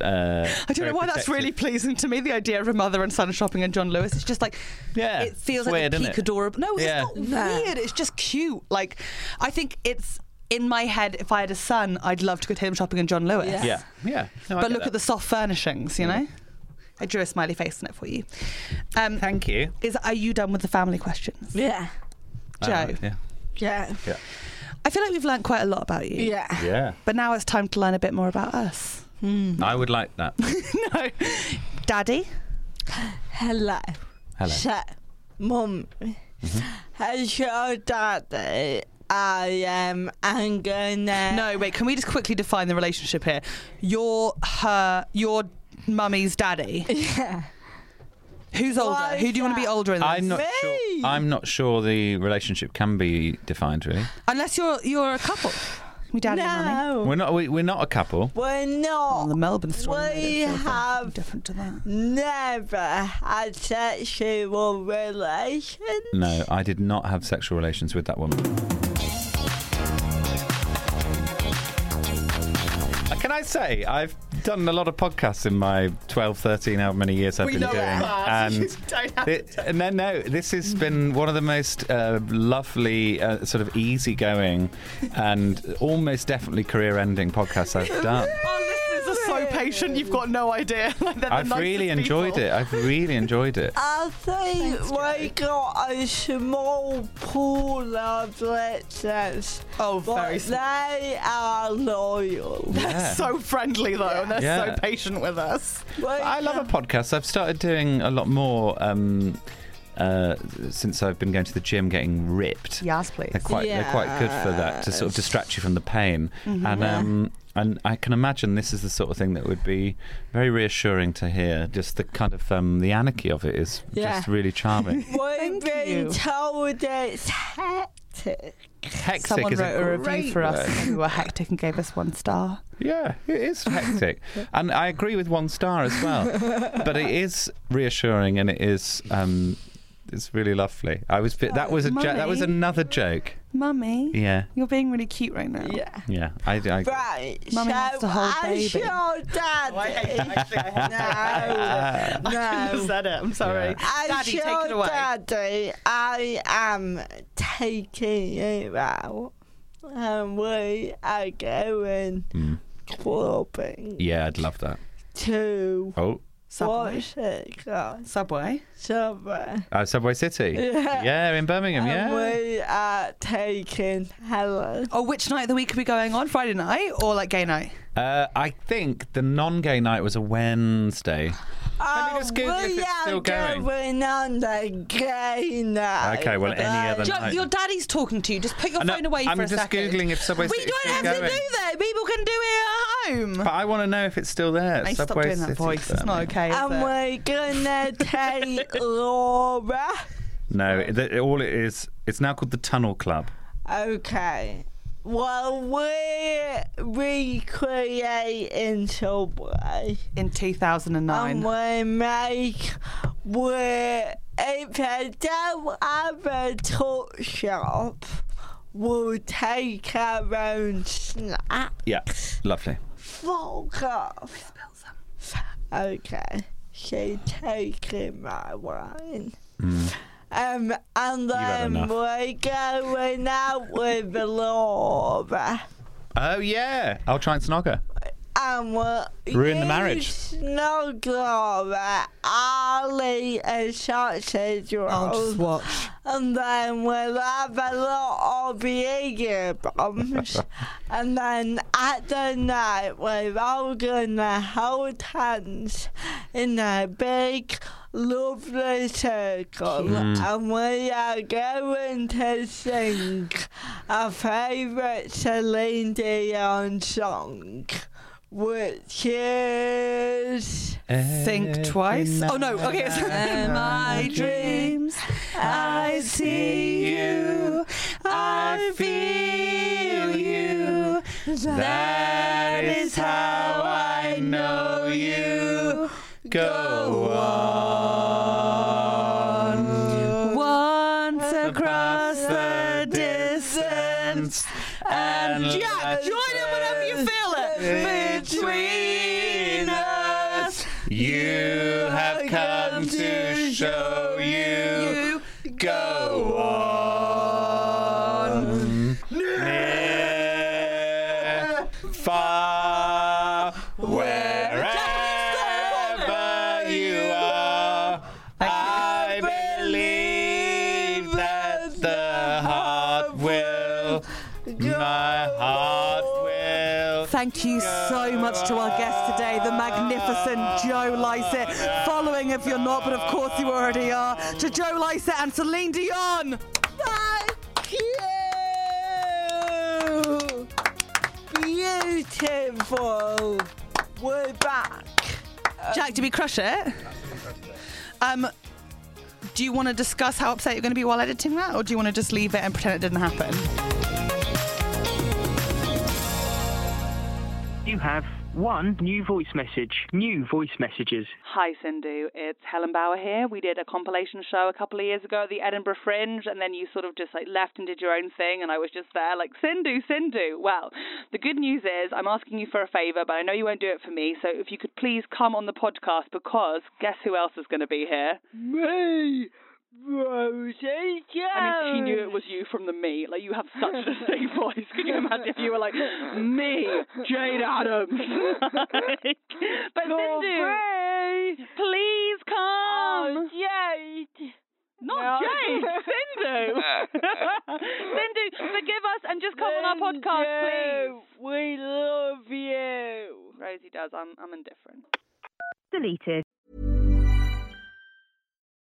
[SPEAKER 7] Uh,
[SPEAKER 5] I don't know why that's really pleasing to me, the idea of a mother and son shopping and John Lewis. It's just like,
[SPEAKER 7] yeah,
[SPEAKER 5] it
[SPEAKER 7] it's
[SPEAKER 5] feels like
[SPEAKER 7] weird,
[SPEAKER 5] the
[SPEAKER 7] isn't
[SPEAKER 5] peak
[SPEAKER 7] it?
[SPEAKER 5] adorable. No,
[SPEAKER 7] Yeah.
[SPEAKER 5] it's not weird. It's just cute. Like, I think it's in my head, if I had a son, I'd love to go to him shopping in John Lewis.
[SPEAKER 7] Yeah, yeah. No, I
[SPEAKER 5] but
[SPEAKER 7] get
[SPEAKER 5] look
[SPEAKER 7] that. Mm.
[SPEAKER 5] at the soft furnishings, you know? I drew a smiley face on it for you. Um,
[SPEAKER 7] Thank you.
[SPEAKER 5] Is Are you done with the family questions?
[SPEAKER 4] Yeah.
[SPEAKER 5] Joe,
[SPEAKER 7] Uh, yeah,
[SPEAKER 4] Yeah.
[SPEAKER 7] yeah,
[SPEAKER 5] I feel like we've learned quite a lot about you.
[SPEAKER 4] Yeah.
[SPEAKER 7] yeah.
[SPEAKER 5] But now it's time to learn a bit more about us.
[SPEAKER 7] I would like that.
[SPEAKER 5] [laughs] no. Daddy?
[SPEAKER 4] Hello.
[SPEAKER 7] Hello.
[SPEAKER 4] So, mum,
[SPEAKER 7] Mm-hmm.
[SPEAKER 4] as your daddy, øh, I am I'm gonna.
[SPEAKER 5] No, wait. Can we just quickly define the relationship here? You're her, your mummy's daddy.
[SPEAKER 4] [laughs] Yeah.
[SPEAKER 5] Who's older?
[SPEAKER 4] Why
[SPEAKER 5] Who do you want to be older in this?
[SPEAKER 7] I'm not sure. I'm not sure the relationship can be defined really.
[SPEAKER 5] Unless you're you're a couple. We daddy and mummy.
[SPEAKER 7] We're not. We, we're not a couple.
[SPEAKER 4] We're not.
[SPEAKER 5] On the Melbourne story.
[SPEAKER 4] we have
[SPEAKER 5] different to that.
[SPEAKER 4] never had sexual relations.
[SPEAKER 7] No, I did not have sexual relations with that woman. Uh, Can I say I've done a lot of podcasts in my 12, 13, how many years I've
[SPEAKER 1] We
[SPEAKER 7] been
[SPEAKER 1] know
[SPEAKER 7] doing,
[SPEAKER 1] [laughs] that. You
[SPEAKER 7] and
[SPEAKER 1] don't have
[SPEAKER 7] thi- no, no, this has been one of the most uh, lovely, uh, sort of easygoing, and almost definitely career-ending podcasts I've done.
[SPEAKER 1] Our Oh, listeners are so patient. You've got no idea. [laughs] Like, they're the
[SPEAKER 7] I've really
[SPEAKER 1] nicest
[SPEAKER 7] enjoyed
[SPEAKER 1] people.
[SPEAKER 7] it. I've really enjoyed
[SPEAKER 5] [laughs]
[SPEAKER 7] it.
[SPEAKER 4] I think we got a small pool of listeners.
[SPEAKER 1] Oh,
[SPEAKER 4] but
[SPEAKER 1] very small.
[SPEAKER 4] They
[SPEAKER 1] [laughs]
[SPEAKER 4] are loyal.
[SPEAKER 1] They're
[SPEAKER 7] Yeah.
[SPEAKER 1] so friendly though, and they're
[SPEAKER 7] Yeah.
[SPEAKER 1] so patient with us.
[SPEAKER 7] I love a podcast. I've started doing a lot more um, uh, since I've been going to the gym, getting ripped.
[SPEAKER 5] Yes, please.
[SPEAKER 7] They're quite they're quite good for that to sort of distract you from the pain.
[SPEAKER 5] Mhm.
[SPEAKER 7] And
[SPEAKER 5] Yeah.
[SPEAKER 7] um, and I can imagine this is the sort of thing that would be very reassuring to hear. Just the kind of um, the anarchy of it is
[SPEAKER 4] Yeah.
[SPEAKER 7] just really charming.
[SPEAKER 5] [laughs]
[SPEAKER 4] We've been
[SPEAKER 5] you.
[SPEAKER 4] told it's hectic.
[SPEAKER 7] hectic
[SPEAKER 5] Someone
[SPEAKER 7] is
[SPEAKER 5] wrote a, review
[SPEAKER 7] great
[SPEAKER 5] for us.
[SPEAKER 7] word.
[SPEAKER 5] and We were hectic and gave us one star.
[SPEAKER 7] Yeah, it is
[SPEAKER 5] [laughs]
[SPEAKER 7] hectic, and I agree with one star as well. but it is reassuring, and it is um, it's really lovely. I was bit, that
[SPEAKER 5] Oh,
[SPEAKER 7] was a jo- that was
[SPEAKER 5] Mummy.
[SPEAKER 7] another joke.
[SPEAKER 5] Mummy,
[SPEAKER 7] Yeah,
[SPEAKER 5] you're being really cute right now.
[SPEAKER 4] Yeah.
[SPEAKER 7] yeah. I, I
[SPEAKER 4] Right.
[SPEAKER 5] Mummy
[SPEAKER 4] so
[SPEAKER 5] wants to hold
[SPEAKER 4] as
[SPEAKER 5] baby.
[SPEAKER 4] your daddy.
[SPEAKER 7] [laughs]
[SPEAKER 1] I
[SPEAKER 4] no.
[SPEAKER 1] couldn't have said it. I'm sorry.
[SPEAKER 4] As
[SPEAKER 5] Daddy, take
[SPEAKER 4] your
[SPEAKER 5] it away.
[SPEAKER 4] daddy, I am taking you out. And we are going
[SPEAKER 7] Mm.
[SPEAKER 4] clubbing
[SPEAKER 7] yeah, I'd love that.
[SPEAKER 4] to
[SPEAKER 7] Oh,
[SPEAKER 5] Subway.
[SPEAKER 4] what's it called?
[SPEAKER 5] Subway.
[SPEAKER 4] Subway.
[SPEAKER 7] uh, Subway City.
[SPEAKER 4] Yeah.
[SPEAKER 7] in
[SPEAKER 5] Oh,
[SPEAKER 7] Birmingham.
[SPEAKER 4] And
[SPEAKER 7] Yeah.
[SPEAKER 4] we are taking Helen.
[SPEAKER 5] Oh, which night of the week are we going on? Friday night or like gay night?
[SPEAKER 7] Uh, I think the non-gay night was a Wednesday.
[SPEAKER 4] Oh,
[SPEAKER 7] Let me just Google if
[SPEAKER 4] we
[SPEAKER 7] it's
[SPEAKER 4] are
[SPEAKER 7] still going.
[SPEAKER 4] on the gay night.
[SPEAKER 7] Okay, well, any other
[SPEAKER 5] Joe,
[SPEAKER 7] night.
[SPEAKER 5] your daddy's talking to you. Just put your
[SPEAKER 7] Uh, no,
[SPEAKER 5] phone away
[SPEAKER 7] I'm
[SPEAKER 5] for a
[SPEAKER 7] just
[SPEAKER 5] second.
[SPEAKER 7] googling if Subway
[SPEAKER 5] We
[SPEAKER 7] City's
[SPEAKER 5] don't
[SPEAKER 7] still
[SPEAKER 5] have to
[SPEAKER 7] going.
[SPEAKER 5] do that. People can do it at home.
[SPEAKER 7] But I want to know if it's still there.
[SPEAKER 5] Hey, stop
[SPEAKER 7] Subway
[SPEAKER 5] doing that
[SPEAKER 7] City,
[SPEAKER 5] voice. It's not
[SPEAKER 7] Birmingham.
[SPEAKER 5] okay. Is
[SPEAKER 4] And
[SPEAKER 5] it?
[SPEAKER 4] we're
[SPEAKER 7] [laughs]
[SPEAKER 4] gonna take Laura.
[SPEAKER 7] No, th- all it is. It's now called the Tunnel Club.
[SPEAKER 4] Okay. Well, we're recreating Subway.
[SPEAKER 5] in 2009.
[SPEAKER 4] And we make. We're. If I don't have a talk shop, we'll take our own snack.
[SPEAKER 7] Yeah, lovely.
[SPEAKER 4] Fuck off. Okay. She taking my wine. Um,
[SPEAKER 7] Mm.
[SPEAKER 4] and
[SPEAKER 7] had
[SPEAKER 4] then
[SPEAKER 7] enough.
[SPEAKER 4] we're going out with Laura.
[SPEAKER 7] Oh yeah, I'll try and snog her.
[SPEAKER 4] and will
[SPEAKER 7] Ruin the marriage.
[SPEAKER 4] No glory. I'll eat a sausage roll.
[SPEAKER 5] Oh,
[SPEAKER 7] I'll just watch.
[SPEAKER 4] And then we'll have a lot of beer bombs. and then at the night, we're all gonna hold hands in a big, lovely circle.
[SPEAKER 7] Mm.
[SPEAKER 4] And we are going to sing our favourite Celine Dion song. Which is
[SPEAKER 5] Think twice. Oh no. Okay. [laughs] It's
[SPEAKER 4] In my dreams, I see you. I feel you.
[SPEAKER 7] That is how I know you. Go on. Once across the distance. And
[SPEAKER 11] Yeah, join it whenever you feel it.
[SPEAKER 7] Between us, you have come to show you. Go on. Near, far, wherever you are, I believe that the heart will, my heart will.
[SPEAKER 11] Thank you so much to our guest today, the magnificent Joe Lycett. Following, if you're not, but of course you already are, to Joe Lycett and Celine Dion.
[SPEAKER 4] you. Beautiful. We're back.
[SPEAKER 5] Jack, did we crush it? Um, do you want to discuss how upset you're going to be while editing that, or do you want to just leave it and pretend it didn't happen?
[SPEAKER 1] You have one new voice message. New voice messages.
[SPEAKER 2] Hi, Sindhu. It's Helen Bauer here. We did a compilation show a couple of years ago at the Edinburgh Fringe, and then you sort of just like left and did your own thing, and I was just there like Sindhu, Sindhu. Well, the good news is I'm asking you for a favour, but I know you won't do it for me. So if you could please come on the podcast, because guess who else is going to be here?
[SPEAKER 12] Me, Rosie
[SPEAKER 2] I mean, she knew it was you from the me. Like you have such a [laughs] distinct voice. Could you imagine if you were like me, [laughs] Jade Adams? Like, but Sindhu, please come. Oh, Jade. Not
[SPEAKER 12] No.
[SPEAKER 2] [laughs] Jade, Sindhu. Sindhu, forgive us and just come on our podcast, please. We love you. Rosie does. I'm, I'm indifferent.
[SPEAKER 13] Deleted.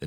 [SPEAKER 8] the